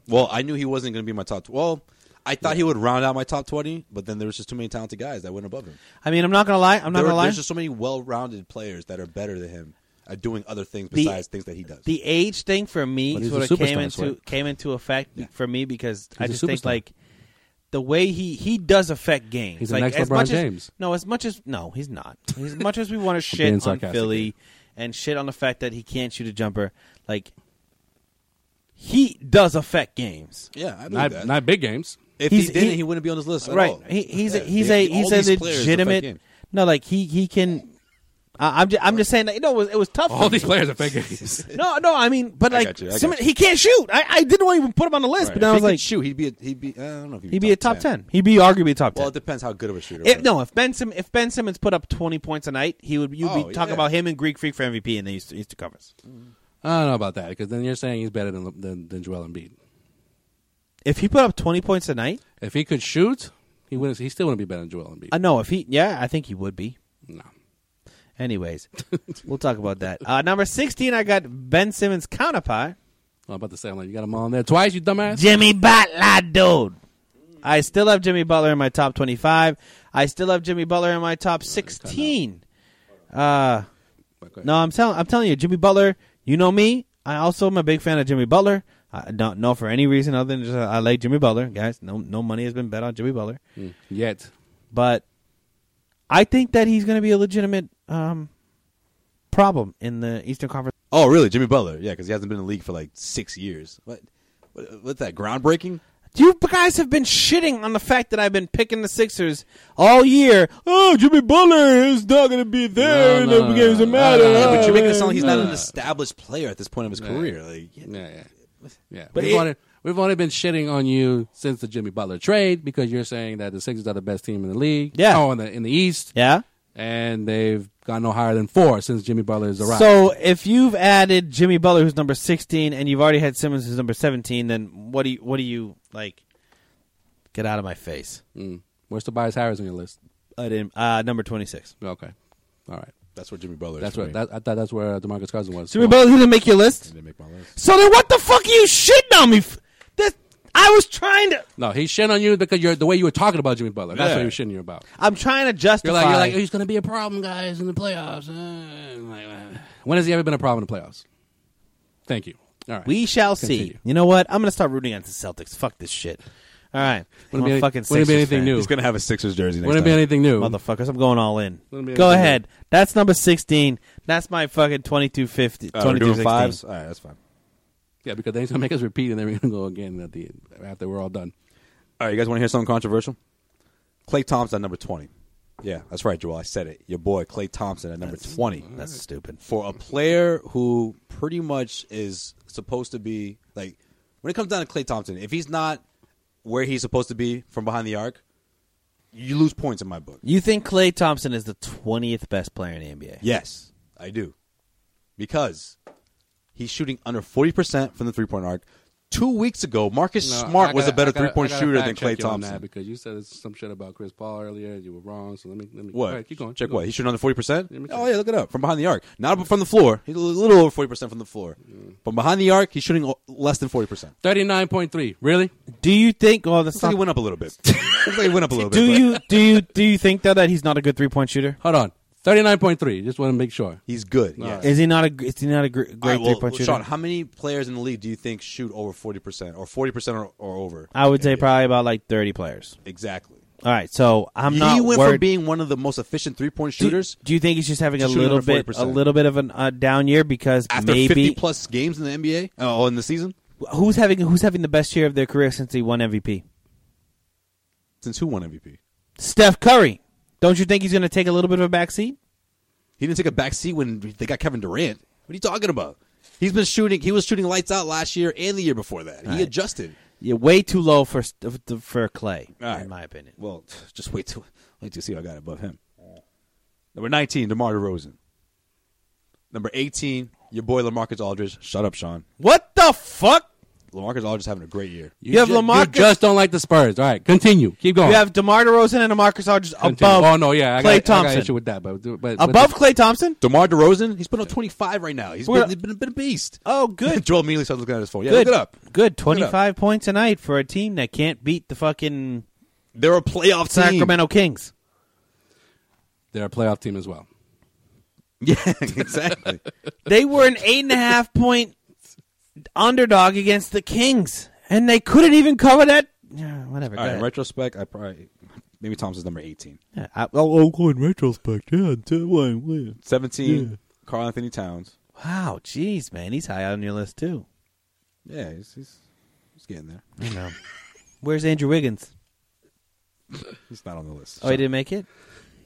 Well, I knew he wasn't going to be my top. Well, I thought he would round out my top twenty, but then there was just too many talented guys that went above him. I mean, I'm not gonna lie. I'm not There- gonna lie. There's just so many well-rounded players that are better than him at doing other things The- besides things that he does. the age thing for But me he's a sort of came superstar, into so- came into effect be- for me because I He's just a think superstar. like the way he he does affect games. He's the like, next as LeBron much as- James. no, as much as no, he's not. As much as we want to being shit on sarcastic Philly and shit on the fact that he can't shoot a jumper, like he does affect games. yeah, I believe Not, that. not big games. if he's- he didn't, he- he, wouldn't be on this list. At right. all. He, he's a, Yeah, he's they- a all he's these a players affect legitimate. games. No, like he he can. I, I'm just, I'm just saying that you know it was, it was tough. All for me. these players are big games. No, no, I mean, but I like, got you, I got Simmons- you. he can't shoot. I, I didn't want to even put him on the list, Right. but If then I he was could like, shoot. He'd be a, he'd be. I don't know if he'd, he'd be a top 10. He'd be arguably top ten. Well, it depends how good of a shooter. if, no, if Ben Sim, if Ben Simmons put up twenty points a night, he would you'd Oh, be talking yeah. about him and Greek Freak for MVP, and they used to, used to covers. I don't know about that because then you're saying he's better than than, than Joel Embiid. If he put up twenty points a night, If he could shoot, he wouldn't. He still wouldn't be better than Joel Embiid. I know if he, yeah, I think he would be. no. Anyways, we'll talk about that. Uh, number sixteen, I got Ben Simmons counterpart, I'm about to say, I'm like, you got him all in there twice, you dumbass. Jimmy Butler, dude. I still have Jimmy Butler in my top twenty-five. I still have Jimmy Butler in my top sixteen. Uh, Okay. No, I'm telling I'm telling you, Jimmy Butler. You know me. I also am a big fan of Jimmy Butler. I don't know for any reason other than just uh, I like Jimmy Butler, guys. No, no money has been bet on Jimmy Butler, Mm, Yet. but I think that he's going to be a legitimate um, problem in the Eastern Conference. Oh, really? Jimmy Butler? Yeah, because he hasn't been in the league for like six years. What? what- What's that? Groundbreaking? You guys have been shitting on the fact that I've been picking the Sixers all year. Oh, Jimmy Butler is not going to be there. No, no, and no, it doesn't no, no, matter. no, no, Yeah, but you're making it Uh, sound like he's not an Nah. established player at this point of his career. Like, Yeah, yeah. yeah. But we've, it- only, we've only been shitting on you since the Jimmy Butler trade because you're saying that the Sixers are the best team in the league. Yeah. Oh, in the, in the East. Yeah. And they've gone no higher than four since Jimmy Butler has arrived. So if you've added Jimmy Butler, who's number sixteen, and you've already had Simmons, who's number seventeen, then what do you what do you like? Get out of my face! Mm. Where's Tobias Harris on your list? I didn't. Uh, number twenty six. Okay. All right. that's what Jimmy Butler. is That's for where me. that, I thought that's where uh, Demarcus Cousins was. Jimmy Butler, who didn't make your list. Didn't make my list. So then, what the fuck are you shitting on me? F- that I was trying to. No, he's shitting on you because you're the way you were talking about Jimmy Butler. That's Yeah. what he was shitting you about. I'm trying to justify. You're like, you're like, he's going to be a problem, guys, in the playoffs. Uh, I'm like, uh, when has he ever been a problem in the playoffs? Thank you. All right, we shall see. Continue. You know what? I'm gonna start rooting against the Celtics. Fuck this shit. All right. I'm a Wouldn't be any- fucking wouldn't Sixers be anything fan. new. He's gonna have a Sixers jersey next Wouldn't be time. Uh, anything new. Motherfuckers, I'm going all in. Wouldn't be Go anything ahead. That's number 16. That's my fucking 2250. Uh, we're doing 2216. fives. All right, that's fine. yeah, because they're going to make us repeat, and then we're going to go again at the after we're all done. All right, you guys want to hear something controversial? Clay Thompson at number twenty. Yeah, that's right, Joel. I said it. Your boy Clay Thompson at number twenty. That's stupid. for a player who pretty much is supposed to be like when it comes down to Clay Thompson, if he's not where he's supposed to be from behind the arc, you lose points in my book. You think Clay Thompson is the 20th best player in the NBA? Yes, I do. Because he's shooting under 40% from the three point arc. Two weeks ago, Marcus No, Smart I was a gotta- better I gotta- three point I gotta shooter fact than Clay check you on that Thompson. because you said some shit about Chris Paul earlier. You were wrong, so let me let me What? all right, keep going. Check keep what? going. He's shooting under 40%? Let me Oh, check. yeah, look it up. From behind the arc. Not from the floor. He's a little over 40% from the floor. Mm. From behind the arc, he's shooting o- less than 40%. Thirty nine point three. Really? Do you think oh that's Looks like not, he went up a little bit. Looks like he went up a little Do bit. but you do you do you think though that he's not a good three-point shooter? Hold on. Thirty nine point three. Just want to make sure. He's good. Yeah. right. Is he not a gr- is he not a gr- great All right, well, three-point shooter? Sean, how many players in the league do you think shoot over forty percent or forty percent or, or over? I would say Yeah, probably about like 30 players. exactly. All right, so I'm he not went worried. from being one of the most efficient three point do, shooters do you think he's just having to a shooting little under bit a 40%. little bit of a uh, down year because after maybe fifty plus games in the NBA oh, in the season. who's having who's having the best year of their career since he won MVP? Since who won MVP? Steph Curry. Don't you think he's going to take a little bit of a backseat? He didn't take a back seat when they got Kevin Durant. What are you talking about? He's been shooting. He was shooting lights out last year and the year before that. he right. adjusted. You're way too low for st- for Clay, All right. in my opinion. Well, just wait till wait till see who I got above him. Number nineteen, DeMar DeRozan. Number eighteen, your boy LaMarcus Aldridge. Shut up, Sean. What the fuck? LaMarcus Aldridge is having a great year. You, have ju- Lamar. You just don't like the Spurs. All right, continue. Oh. Keep going. You have DeMar DeRozan and Demarcus Aldridge Continue. above. Oh no, yeah, I Klay got, I Thompson. got issue with that, but, but but above Clay Thompson. DeMar DeRozan, he's putting up 25 right now. He's We're- been, he's been, been a beast. Oh, good. Joel Mealy starts looking at his phone. Yeah, good. look it up. Good. Twenty-five points a night for a team that can't beat the fucking They're a playoff team. Sacramento Kings. they're a playoff team as well. Yeah, exactly. They were an eight and a half point underdog against the Kings, and they couldn't even cover that. Yeah, whatever. All go right, in ahead. retrospect, I probably maybe Thompson's number 18. Yeah, I, oh, oh, good. 17, Carl Anthony Towns. Wow, jeez, man, he's high on your list too. Yeah, he's, he's, he's getting there. You know, where's Andrew Wiggins? He's not on the list. Oh, he didn't make it.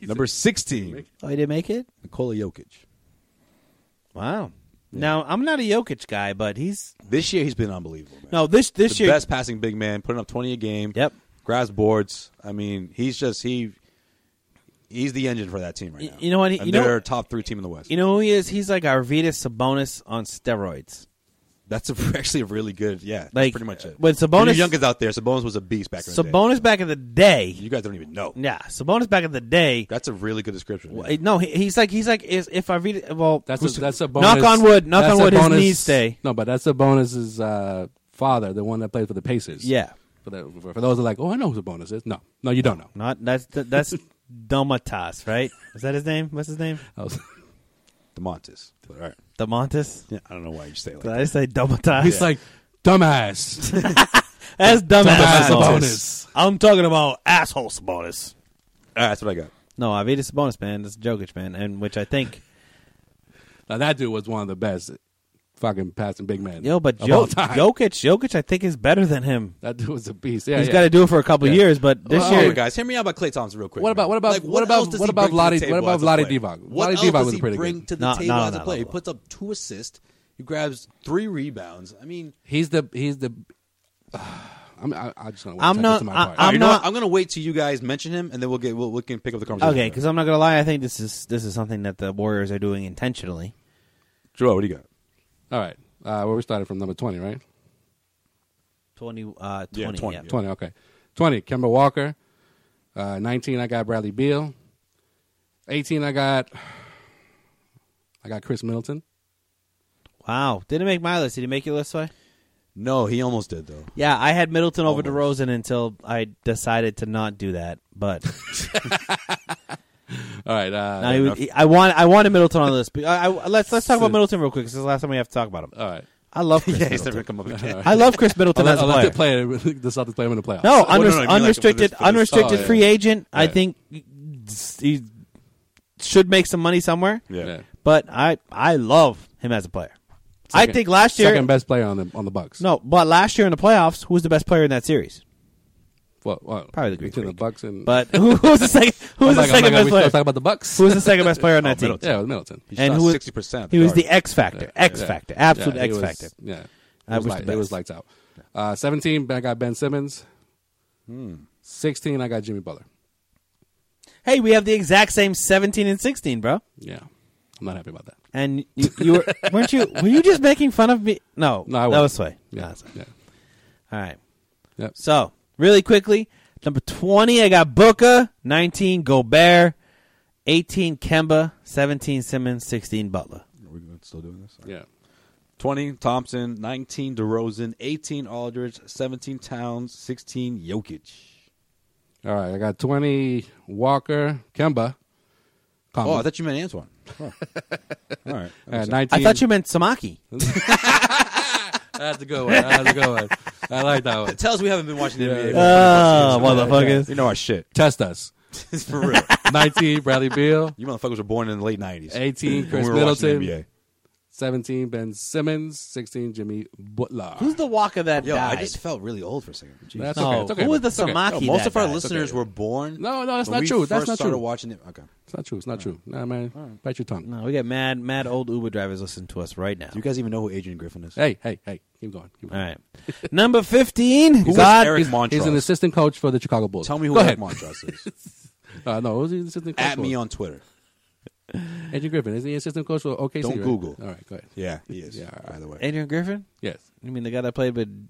Number 16, Oh, he didn't make it. Nikola Jokic. Wow. Now I'm not a Jokic guy, but he's This year, he's been unbelievable. Man. no this this the year. best passing big man, putting up twenty a game. Yep. grabs boards. I mean, he's just he. He's the engine for that team right Y- now. you know what he- And you know they're what- top three team in the West. You know who he is? He's like Arvidas Sabonis on steroids. That's a, actually a really good. Yeah, that's Like, pretty much it. when Sabonis- When your Young is out there, Sabonis was a beast back in the day. Sabonis back in the day. You guys don't even know. Yeah, Sabonis back in the day. That's a really good description. Well, No, he- he's like he's like is if Arvidas well That's who's- a, that's a knock bonus. on wood knock That's on a wood his bonus- knees stay. No, but that's a bonus's uh, father, the one that played for the Pacers. Yeah, For, the, for, for those that are like, oh, I know who the bonus is. No, no, you don't know. not that's that's Domatas, right? Is that his name? What's his name? I was- Demontis. But, all right. Demontis. Yeah, I don't know why you say it like Did that. I say Domatas? He's like, dumbass. That's dumb Dumbass ass Sabonis. I'm talking about asshole Sabonis. All right, that's what I got. No, Arvidas Sabonis, man. That's Jokic, man. And which I think, now that dude was one of the best fucking passing big man. yo, but of jo- all time. Jokic, Jokic, I think is better than him. that dude was a beast. Yeah, He's yeah. got to do it for a couple Yeah. years, but this This Well, year, year, guys, hear me out about Clay Thompson real quick. What about- man. what about- Like, what about- else does what he bring about to the Lottie- table what about as a Lottie player? Divac? What Lottie else Divac does was he pretty bring good. to the No, table no, as a no, player? He no. puts up two assists. He grabs three rebounds. I mean, He's the he's the. I'm I, I just don't. I'm not- To my I- part. I'm I'm not- I'm gonna wait till you guys mention him, and then we'll get we'll, we can pick up the conversation. okay, because I'm not gonna lie, I think this is this is something that the Warriors are doing intentionally. Joel, what do you got? All right. Uh, well, we started from number twenty, right? Twenty, uh, twenty, Yeah, 20, yeah. yeah. 20, okay. 20, Kemba Walker. Uh, 19, I got Bradley Beal. 18, I got I got Chris Middleton. Wow, didn't make my list. Did he make your list, Sway? No, he almost did though. Yeah, I had Middleton over DeRozan until I decided to not do that. But All right. Uh, I, he- I want I wanted Middleton on this. But I, I, let's let's talk about Middleton real quick. 'cause This is the last time we have to talk about him. all right. I love Chris he's Middleton. never come up again. I love Chris Middleton Unless, as a unless player. they play the Celtics play him in the playoffs. No, Well, no, unrest- no, I mean, like, unrestricted, for this- for this- unrestricted Oh, yeah. free agent. I Yeah. think he should make some money somewhere. Yeah. Yeah. But I, I love him as a player. I Second- think last year, second best player on the on the Bucks. no, but last year in the playoffs, who was the best player in that series? well, well, Probably the Greek between the Freak. Bucks and But who, who was the second? Who was the I'm like, I'm second like, are oh best we still talking player? about the Bucks. Who was the second best player on that team? yeah, it was Middleton. He And shot who was 60%, He was dark. the X factor. X Yeah. factor. Yeah, Absolute he X was- factor. Yeah, it That was, was light- the it was best. lights out. Uh, Seventeen, I got Ben Simmons. Hmm. Sixteen, I got Jimmy Butler. Hey, we have the exact same 17 and 16, bro. Yeah, I'm not happy about that. And you, you were weren't you? Were you just making fun of me? No, No, I that wasn't. was Sway. No, Yeah, that's- yeah. All right. Yep. So, really quickly, number 20, I got Booker. 19, Gobert. 18, Kemba. 17, Simmons. 16, Butler. Are we still doing this? yeah. 20 Thompson, 19 DeRozan, 18 Aldridge, 17 Towns, 16 Jokic. All right, I got twenty. Walker, Kemba. Oh, I thought you meant Antoine. Huh. All right. I got nineteen. I thought you meant Samaki. That's a good one. That's a good one. I like that one. Tell us we haven't been watching the Yeah. NBA. Oh, You motherfuckers. know our shit. Test us. It's for real. Nineteen, Bradley Beal. You motherfuckers were born in the late 90s. 18, when Chris we were watching the Middleton. NBA. 17, Ben Simmons. 16, Jimmy Butler. Who's the walker that Yo, died? I just felt really old for a second. Jeez. That's no, okay. It's okay. who was the It's okay. Samaki? Yo, most that of our died? listeners were born. No, no, that's when not we true. That's first not started true. watching it. Okay. It's not true. It's not true. Nah, man. Bite your tongue. No, we got mad, mad old Uber drivers listening to us right now. Do you guys even know who Adrian Griffin is? Hey, hey, hey. Keep going. Keep All going. right. Number 15, Who was God. Eric He's an Montrose? assistant coach for the Chicago Bulls. Tell me who Go Eric ahead. Montrose is. Uh, no, who's the assistant coach At for? me on Twitter. Adrian Griffin. Is he assistant coach for OKC? Don't right? Google. All right, go ahead. Yeah, he is. Yeah, by the way. Adrian Griffin? Yes. You mean the guy that played with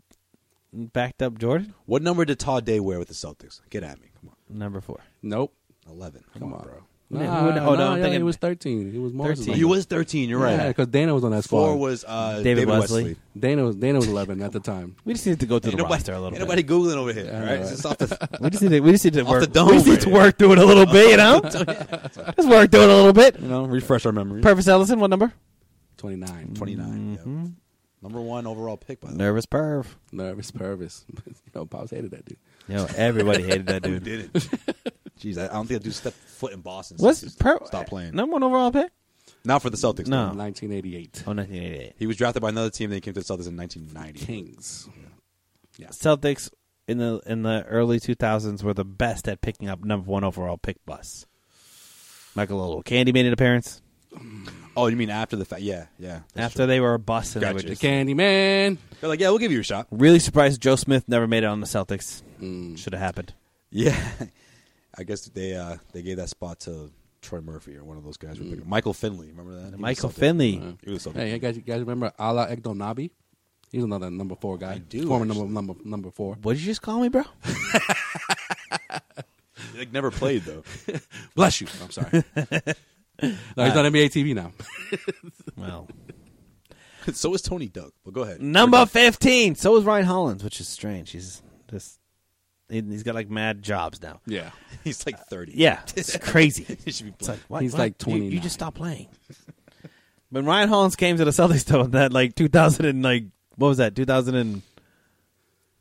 backed up Jordan? What number did Todd Day wear with the Celtics? Get at me. Come on. Number four. Nope. 11. Come, Come on, on, bro. Yeah, Nah, who would- oh, no, nah, I'm yeah, thinking- he was 13. He was Morris's 13. number. Oh, You was 13. You're right. Yeah, because Dana was on that squad. Four was uh, David David, Wesley. Wesley. Dana was Dana was 11 at the time. We just need to go through Ain't the nobody, roster a little ain't bit. nobody googling over here. all right, It's just off the, We just need to, we just need to Off work. the dome we just need to right work through it a little bit, you know. Let's work through it a little bit. you know, refresh our memory. Purvis Ellison, what number? Mm. 29. 29. yeah. Number one overall pick by the way. Nervous perv. Nervous Purvis. you know, Pops hated that dude. Yo, everybody hated that Who dude. did it? Jeez, I, I don't think I do step foot in Boston. since What's he's per- Stop playing. Number one overall pick? Not for the Celtics. No. though. 1988. Oh, 1988. He was drafted by another team. Then he came to the Celtics in 1990. Kings. Celtics in the in the early 2000s were the best at picking up number one overall pick bus. Michael Lolo Candy made an appearance Oh, you mean after the fact? Yeah, yeah. after they were a bust, and they were Gotcha. The just Candy Man. They're like, yeah, we'll give you a shot. really surprised Joe Smith never made it on the Celtics. Mm. Should have happened. Yeah, I guess they uh, they gave that spot to Troy Murphy or one of those guys. who picked- Michael Finley, remember that? He was Michael Celtic. Finley. He was Celtic. Hey, you guys, you guys remember Ala Ekdonabi? He's another number four guy. I do, Former number, number number four. What did you just call me, bro? He, like never played though. Bless you. I'm sorry. no, he's on NBA TV now. well, so was Tony Duck. But go ahead. number fifteen. So is Ryan Hollins, which is strange. He's just he- he's got like mad jobs now. yeah. He's like thirty. Yeah, it's crazy. he should be It's playing. like what? He's what? like You- You, 29. just stop playing. when Ryan Hollins came to the Celtics, though, in that like 2000 and like what was that? 2000 and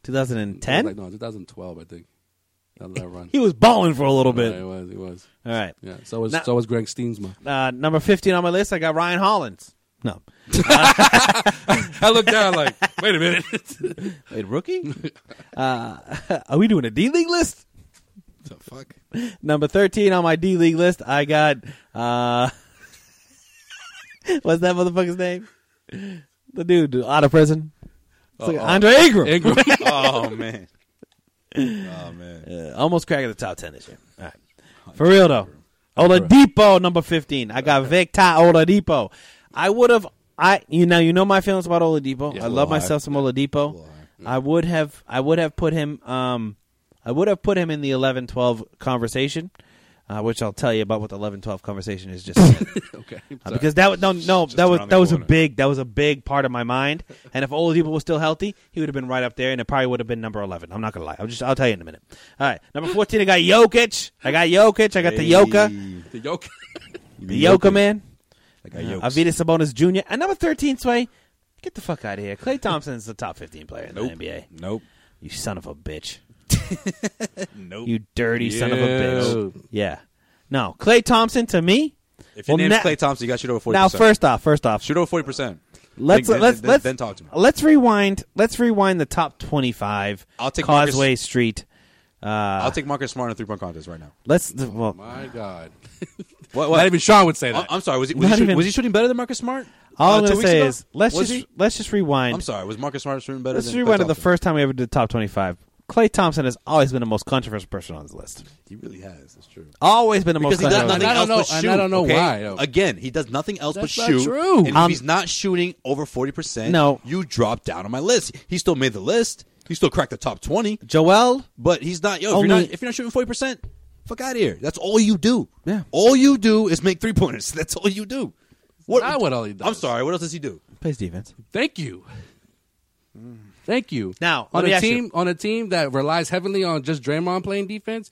2010. Like, no, 2012, I think. That was that run. he was balling for a little bit. Yeah, it was. It was. All right. Yeah. So was Now- so was Greg Steensma. Uh, number 15 on my list, I got Ryan Hollins. Uh, No. I looked down like, wait a minute. Wait, rookie? uh, are we doing a D League list? The fuck. Number 13 on my D League list, I got. Uh, what's that motherfucker's name? The dude out of prison. It's like Andre Ingram. Ingram. oh man. Oh man. Uh, almost cracking the top 10 this year. All right. For real, though. Oladipo, number 15. I got Victor Oladipo. I would have. I you know you know my feelings about Oladipo. Yeah, I a love little myself some Oladipo. I would have I would have put him um I would have put him in the 11-12 conversation. uh, which I'll tell you about what the 11-12 conversation is just uh, Okay. because that was no no that was around the that was a corner. big that was a big part of my mind. And if Oladipo was still healthy, he would have been right up there, and it probably would have been number 11. I'm not gonna lie. I'll just I'll tell you in a minute. All right, number 14, I got Jokic. I got Jokic. I got the Yoka, the yoke. the Yoka man. I got Uh, yokes. Avita Sabonis Jr. And number 13, Sway. Get the fuck out of here. Clay Thompson's the top 15 player in Nope. the NBA. Nope. You son of a bitch. Nope. You dirty son of a bitch. Yeah. Yeah. No, Clay Thompson to me. if your Well, name's na- Clay Thompson, you got to shoot over forty. Now, first off, first off, shoot over forty percent. let's then, let's then, let's Uh, then talk to me. Let's rewind. Let's rewind the top twenty-five. I'll take Marcus- Causeway Street. Uh, I'll take Marcus Smart in a three point contest right now. let's well, My God. What, Not even Sean would say I- that. I'm sorry. Was he was he, Not shoot- even- was he shooting better than Marcus Smart? all uh, I'm two gonna weeks say ago? is let's Was just he? let's just rewind. I'm sorry. Was Marcus Smart shooting better? Let's than rewind to the Thompson? first time we ever did the top twenty-five. Clay Thompson has always been the most controversial person on this list. He really has. That's true. Always been the Because most he does controversial. nothing I else but don't know- shoot. and I don't know okay? why, though. Again, he does nothing else but That's not shoot. true. And if Um, he's not shooting over forty percent, No. you drop down on my list. He still made the list. He still cracked the top twenty, Joel but he's not. Yo, if Only- you're not if you're not shooting forty percent, fuck out of here. That's all you do. Yeah. All you do is make three pointers. That's all you do. What? not what all he does. I'm sorry. What else does he do? plays defense. Thank you. Thank you. Now, let on me a ask you. team on a team that relies heavily on just Draymond playing defense,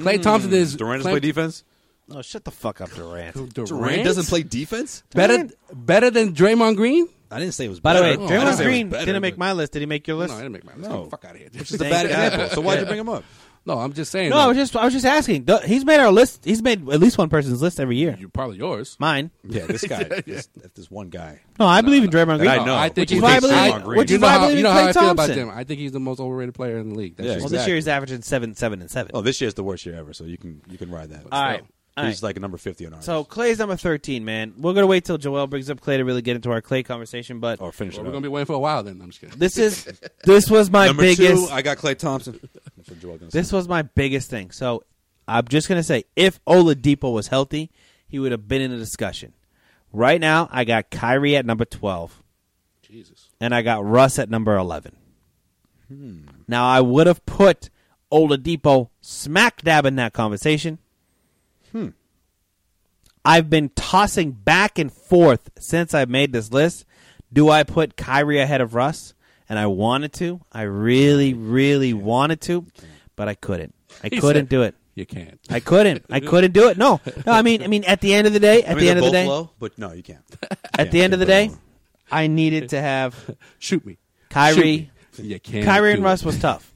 Clay Thompson is Durant doesn't playing- play defense. Oh, shut the fuck up, Durant. Durant, Durant doesn't play defense. better better than Draymond Green. I didn't say it was. By the way, better. I didn't Draymond say it was Green better, didn't make but- my list. Did he make your No, list? I didn't make my list. No. Fuck out of here. Which is a Thank bad God. example. So why'd you Yeah. bring him up? no, I'm just saying. No, I though, was just I was just asking. Th- He's made our list. He's made at least one person's list every year. you probably yours. Mine. Yeah, this guy. This, this one guy. No, I believe in Draymond Green. I know. I Which think is he's why I the- believe- which you is know why I how- believe you know Klay how I feel about Thompson. him. I think he's the most overrated player in the league. That's Yeah, just- Well, this Exactly. year he's averaging seven, seven, and seven. Oh, this year's the worst year ever, so you can you can ride that. All right. All He's right. like a number fifty on ours. So Clay's number thirteen, man. We're gonna wait till Joel brings up Clay to really get into our Clay conversation. But or finish Well, it we're up. gonna be waiting for a while. Then I'm just kidding. this is this was my number biggest. two. I got Clay Thompson. That's what Joel's gonna say. this was my biggest thing. So I'm just gonna say, if Oladipo was healthy, he would have been in the discussion. Right now, I got Kyrie at number twelve. Jesus. and I got Russ at number 11. Hmm. Now, I would have put Oladipo smack dab in that conversation. Hmm. I've been tossing back and forth since I made this list. Do I put Kyrie ahead of Russ? And I wanted to. I really, really wanted to, but I couldn't. I He couldn't said- do it. You can't. I couldn't. I couldn't do it. No, no. I mean, I mean, at the end of the day, I at mean, the they're end of the both day, low, but no, you can't. at the end of the day, I needed to have Shoot me, Kyrie. Shoot me. You can't. Kyrie do and it. Russ was tough.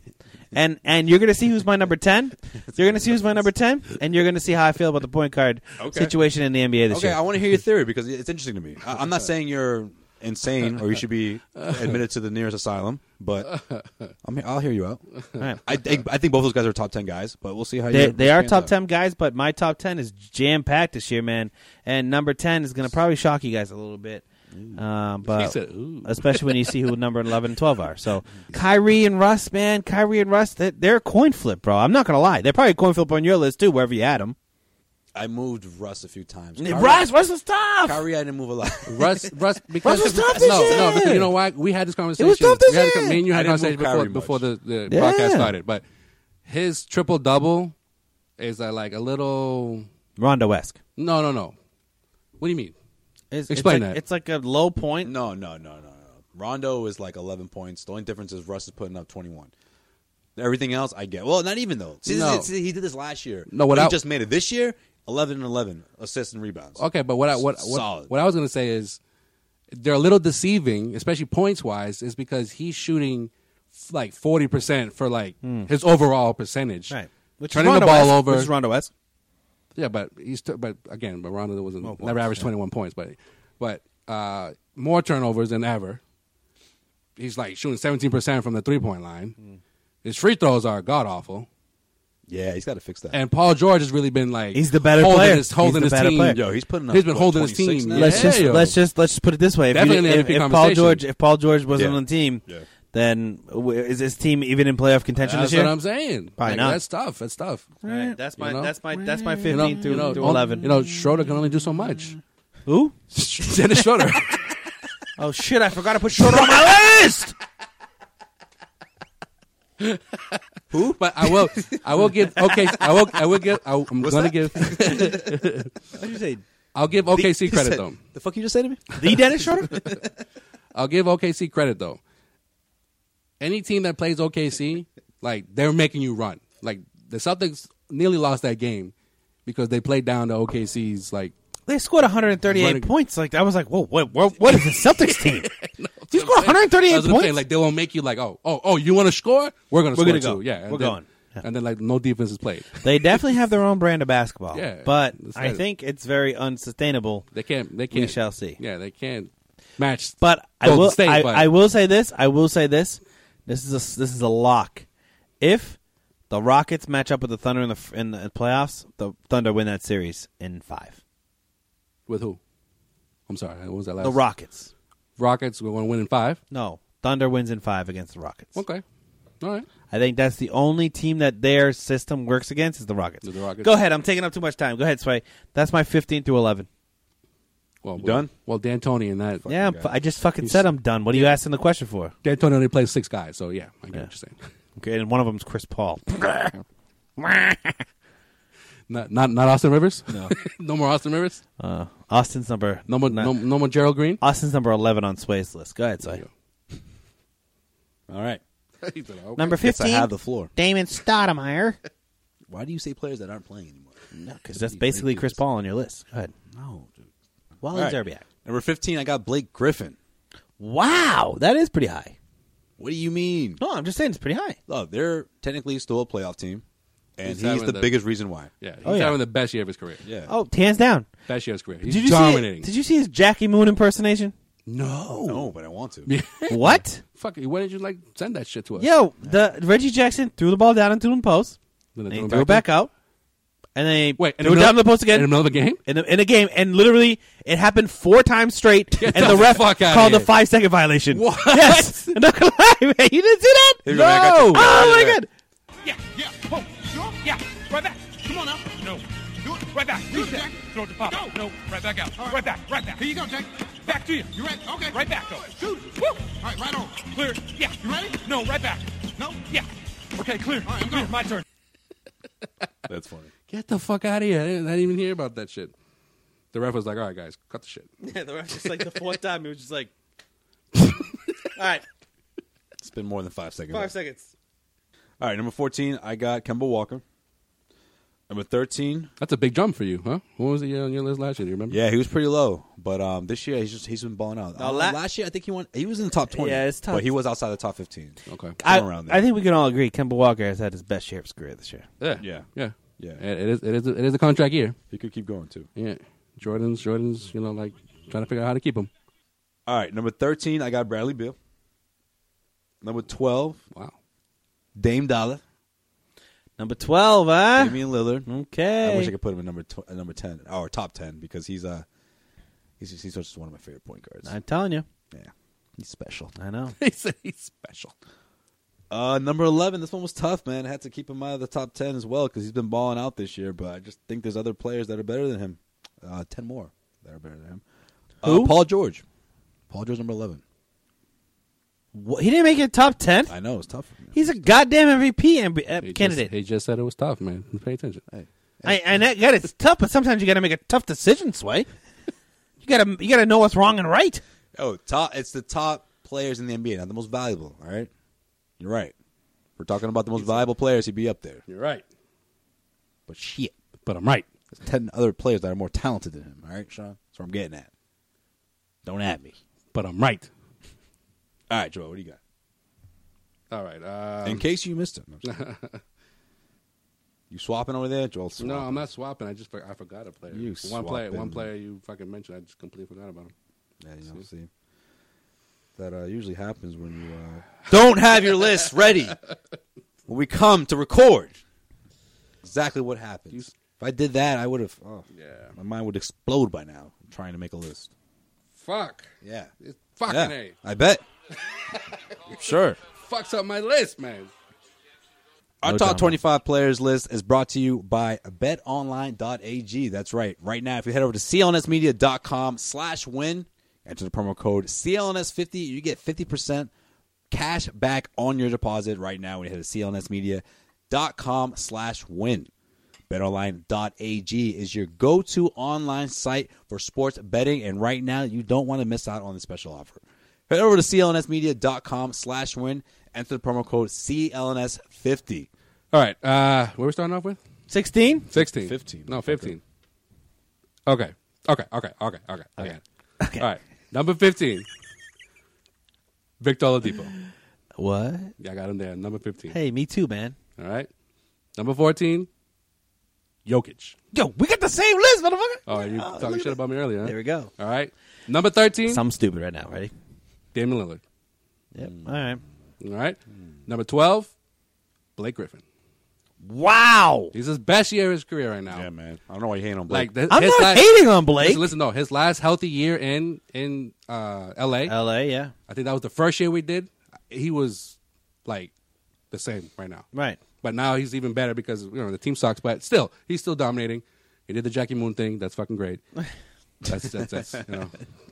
And and you're gonna see who's my number ten. You're gonna see who's my number ten, and you're gonna see how I feel about the point guard Okay. situation in the NBA this Okay, year. I want to hear your theory because it's interesting to me. I, I'm not saying you're insane or you should be admitted to the nearest asylum, but I'm, I'll hear you out. All right. I think I think both those guys are top ten guys, but we'll see how They, you. they are top ten guys, but my top ten is jam packed this year, man. And number ten is gonna probably shock you guys a little bit, uh, He but said, "Ooh." especially when you see who number eleven and twelve are. So Kyrie and Russ, man, Kyrie and Russ, they're, they're a coin flip, bro. I'm not gonna lie, they're probably a coin flip on your list too, wherever you had them. I moved Russ a few times. Russ, Russ was tough. Kyrie, I didn't move a lot. Russ, Russ, because Russ was tough this no, year. no, because you know why? We had this conversation. tough this we had a, year. me and you had a I didn't conversation move Kyrie before, before the, the Yeah. broadcast started. But his triple double is uh, like a little. Rondo esque. No, no, no. What do you mean? It's, it's Explain like, that. It's like a low point. No, no, no, no, no. Rondo is like 11 points. The only difference is Russ is putting up 21. Everything else, I get. Well, not even though. See, this No. is- see, he did this last year. No, what he I- just made it this year. 11 and 11 assists and rebounds. Okay, but what I what what, Solid. what I was gonna say is they're a little deceiving, especially points wise, is because he's shooting f- like forty percent for like his overall percentage. Right. Which is Turning Rondo the ball esque. over. Which is Rondo esque. Yeah, but he's t- but again, but Rondo wasn't Well, never once, averaged twenty one points, but but uh, more turnovers than ever. He's like shooting seventeen percent from the three point line. Mm. His free throws are god awful, Yeah, he's got to fix that. and Paul George has really been like He's the better holding player. His, holding He's the his better team. player. Yo, he's putting up, he's been what, holding his 26 team. now? Yeah, Let's just yo. let's just let's just put it this way. If, you, Definitely an if, MVP if Paul conversation. George if Paul George wasn't Yeah. on the team, Yeah. then w- is this team even in playoff contention That's this year? what I'm saying. Probably Like, not. That's tough. That's tough. All right, that's my You know? that's my that's my 15 You know, through, you know, through on- 11. You know, Schroeder can only do so much. Who? Mm. Dennis Schroeder. Oh shit! I forgot to put Schroeder on my list. Who? But I will. I will give. Okay, I will. I will give. I, I'm gonna give. What did you say? I'll give OKC credit though. The fuck you just said to me? The Dennis Schroeder? I'll give OKC credit though. Any team that plays OKC, like they're making you run. Like the Celtics nearly lost that game because they played down to OKC's like they scored 138 Running- points. Like I was like, whoa, what, what, what is the Celtics team? you scored I 138 was gonna points. say, like they won't make you like oh oh oh you want to score we're gonna We're score gonna too go. yeah and We're then- going. Yeah. and then like no defense is played they definitely have their own brand of basketball. Yeah, but that's I right. think it's very unsustainable. they can't they We can't shall see. yeah they can't match But I Golden will, State, I, but- I will say this. I will say this. This is a this is a lock. If the Rockets match up with the Thunder in the in the playoffs, the Thunder win that series in five. with who I'm sorry what was that last The Rockets. Rockets we're gonna win in five No, Thunder wins in five against the Rockets. okay all right I think that's the only team that their system works against is the Rockets. The Rockets. Go ahead. I'm taking up too much time. Go ahead, Sway. That's my 15 through 11. well well, done? well D'Antoni and that yeah, I'm fu- I just fucking said I'm done. What are you asking the question for? D'Antoni only plays six guys so yeah I get what you're saying Okay, and one of them's Chris Paul. not not not Austin Rivers no no more Austin Rivers Uh, Austin's number no more ni- no, no more Gerald Green Austin's number 11 on Sway's list. Go ahead, Sway. All right. He said, okay. Number Guess 15. I have the floor. Damon Stoudemire. Why do you say players that aren't playing anymore? Because that's basically Chris Paul on your list. Go ahead. No, dude. Wally All right. Zerbiak. Number 15, I got Blake Griffin. Wow, that is pretty high. What do you mean? No, I'm just saying it's pretty high. Oh, they're technically still a playoff team, and He's he's, having the, the- biggest reason why. yeah he's Oh, yeah. having the best year of his career Yeah. Oh, hands down. best year of his career he's Did you dominating See, did you see his Jackie Moon impersonation? no No, but I want to. what? Fuck, why did you like send that shit to us? Yo, the Reggie Jackson threw the ball down into the post, Then and they he threw threw it back out, and then he Wait, in threw it the middle- down to the post in the again middle of the game. in a, in a game, and literally it happened four times straight, Get and the the ref fuck outta called a here. five second violation. What? Yes, I'm not gonna lie, man, you didn't see that? Here we go, man, I got you. Oh my Yeah. god! Yeah, yeah, oh, sure, yeah, right back. Come on up. No, do it right back. Do it, Jack. Throw it to pop. Go. No, right back out. Right. back, right back. Here you go, Jack. Back to you. You ready? Okay. Right back, though. Shoot. Woo. All right, right on. Clear. Yeah. You ready? No, right back. No. Yeah. Okay, clear. All right, clear. My turn. That's funny. Get the fuck out of here! I didn't, I didn't even hear about that shit. The ref was like, "All right, guys, cut the shit." Yeah, the ref just like the fourth time, he was just like, all right, It's been more than five seconds. seconds. All right, number 14, I got Kemba Walker. Number 13, That's a big jump for you, huh? What was he on your list last year? Do you remember? yeah, he was pretty low, but um, this year he's just he's been balling out. Now, Uh, la- last year, I think he won. He was in the top 20. Yeah, it's tough. But he was outside the top 15. Okay. I, Somewhere around there. I think we can all agree Kemba Walker has had his best year of his career this year. Yeah. Yeah. Yeah. Yeah. It it is. It is. A, it is a contract year. He could keep going too. Yeah. Jordan's. Jordan's. You know, like trying to figure out how to keep him. All right, number 13, I got Bradley Bill. Number 12, Wow. Dame Dollar, Number 12, huh? Damian Lillard. Okay. I wish I could put him in number tw- uh, number ten or top ten because he's uh he's just, he's just one of my favorite point guards. am telling you. yeah, he's special. I know. He said he's special. Uh, number eleven. This one was tough, man. I had to keep him out of the top ten as well because he's been balling out this year. But I just think there's other players that are better than him. Uh, ten more that are better than him. Who? Uh, Paul George. Paul George, number eleven. What, he didn't make it top 10? I know it's tough. for him. He's a goddamn MVP amb- uh, He just- candidate. he just said it was tough, man. Pay attention. I, and that, yeah, it's tough, but sometimes you got to make a tough decision, Sway. you got to you got to know what's wrong and right. Oh, top. It's the top players in the NBA, not the most valuable. All right, you're right. We're talking about the most valuable players. He'd be up there, You're right. but shit. But I'm right. There's ten other players that are more talented than him. All right, Sean. That's what I'm getting at. Don't at me. But I'm right. All right, Joel. What do you got? All right. Uh, In case you missed him, I'm just- you swapping over there, Joel? No, I'm not swapping. I just for- I forgot a player. You one player, one swapping. player you fucking mentioned. I just completely forgot about him. Yeah, you know, see. That uh, usually happens when you uh, don't have your list ready when we come to record. Exactly what happens. You s- if I did that, I would have. Oh, Yeah. my mind would explode by now. I'm trying to make a list. Fuck. Yeah, It's fucking yeah, a. I bet. sure. Fucks up my list, man. Our No top drama. 25 players list is brought to you by betonline.ag. That's right. Right now, if you head over to clnsmedia.com slash win, enter the promo code CLNS50, you get 50% cash back on your deposit right now when you head to clnsmedia.com slash win. BetOnline.ag is your go-to online site for sports betting, and right now you don't want to miss out on the special offer. Head over to clnsmedia.com slash win, enter the promo code CLNS50. All right. Uh, where we starting off with? 16? 16. 15. No, 15. Okay. Okay. Okay. Okay. Okay. I got it. Okay. All right. Number 15. Victor Oladipo. What? Yeah, I got him there. Number 15. Hey, me too, man. All right. Number 14. Jokic. Yo, we got the same list, motherfucker. Oh, you talking shit about me earlier, huh? There we go. All right. Number 13. Something stupid right now. Ready? Damian Lillard. Yep. All right. All right. Number 12. Blake Griffin. Wow. He's his best year of his career right now. man. I don't know why you hate on Like th- I'm his not last- hating on Blake. Listen, listen, no, his last healthy year in in uh, L.A. L.A., yeah. I think that was the first year we did. He was like the same right now. Right. But now he's even better because you know the team sucks, but still he's still dominating. He did the Jackie Moon thing. That's fucking great. That's that's, that's you know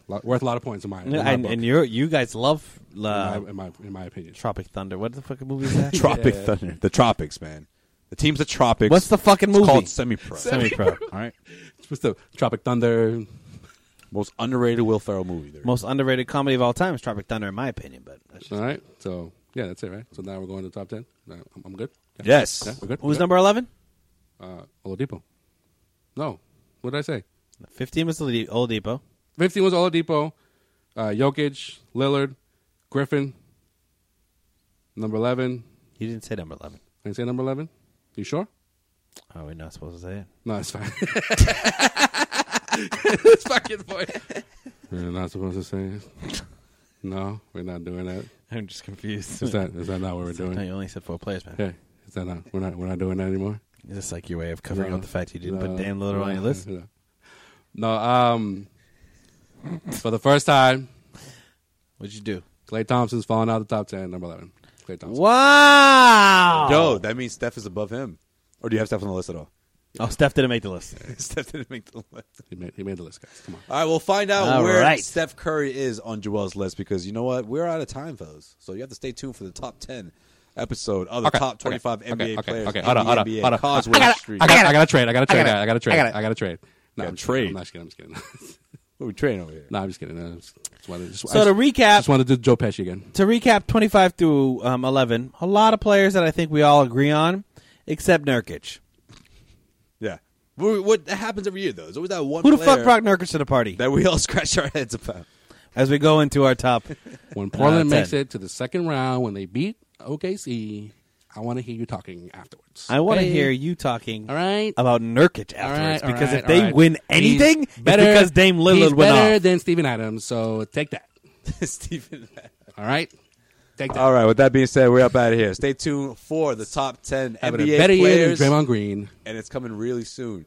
lot, worth a lot of points in my in my, and book, and you you guys love in, uh, my, in my in my opinion. Tropic Thunder. What the fucking movie is that? Tropic Thunder. The tropics, man. The team's the tropics. What's the fucking It's movie? called semi-pro. Semi Pro. All right. What's the Tropic Thunder? Most underrated Will Ferrell movie there. Most underrated comedy of all time is Tropic Thunder, in my opinion. But that's just- All right. So yeah, that's it, right? So now we're going to the top ten. All right, I'm, I'm good. Yeah. Yes. Yeah, we're good. who's number eleven? Uh, Oladipo. No, what did I say? Fifteen was Oladi- Oladipo. 15 was Oladipo, uh, Jokic, Lillard, Griffin. Number 11. You didn't say number eleven. I didn't say number 11. You sure? Oh, we're not supposed to say it. No, it's fine. it's fucking boy. We're not supposed to say it. No, we're not doing that. I'm just confused. Is that is that not what we're no, doing? you only said four players, man. Okay. Is that not we're not we're not doing that anymore? Is this like your way of covering No. up the fact you didn't No. put Dan Lillard on your No. list? No. No, um for the first time, What'd you do? Clay Thompson's falling out of the top ten, number eleven. Clay Thompson. Wow. Yo, that means Steph is above him. Or do you have Steph on the list at all? Oh, Steph didn't make the list. Steph didn't make the list. He made he made the list, guys. Come on. All right, we'll find out All where right. Steph Curry is on Joel's list because you know what? We're out of time, fellas. So you have to stay tuned for the top 10 episode of the Okay, top okay, 25 okay, NBA okay, players. Okay, in hold on, the hold on, NBA hold on. Causeway I got, Street. I got, I got a trade. I got a trade. I got a trade. I got it. I got a trade. No, Got I'm a just trade. kidding. I'm just kidding. I'm just kidding. What are we training over here? no, I'm just kidding. No, just, just wanted, just, So to recap, just wanted to do Joe Pesci again. to recap 25 through um, 11, a lot of players that I think we all agree on, except Nurkic. Yeah. What, what that happens every year, though? There's always that one Who the player fuck brought Nurkic to the party? that we all scratch our heads about. As we go into our top. When Portland Uh, ten. makes it to the second round, when they beat OKC, I want to hear you talking afterwards. I want to Hey. hear you talking All right. about Nurkic All afterwards right, all because right, if they all right. win He's anything, it's better, because Dame he's Lillard went better off. than Steven Adams. So take that. Stephen. All right, take Uh, that. All right. With that being said, we're up out of here. Stay tuned for the top ten Having NBA a better year players, than Draymond Green. and it's coming really soon.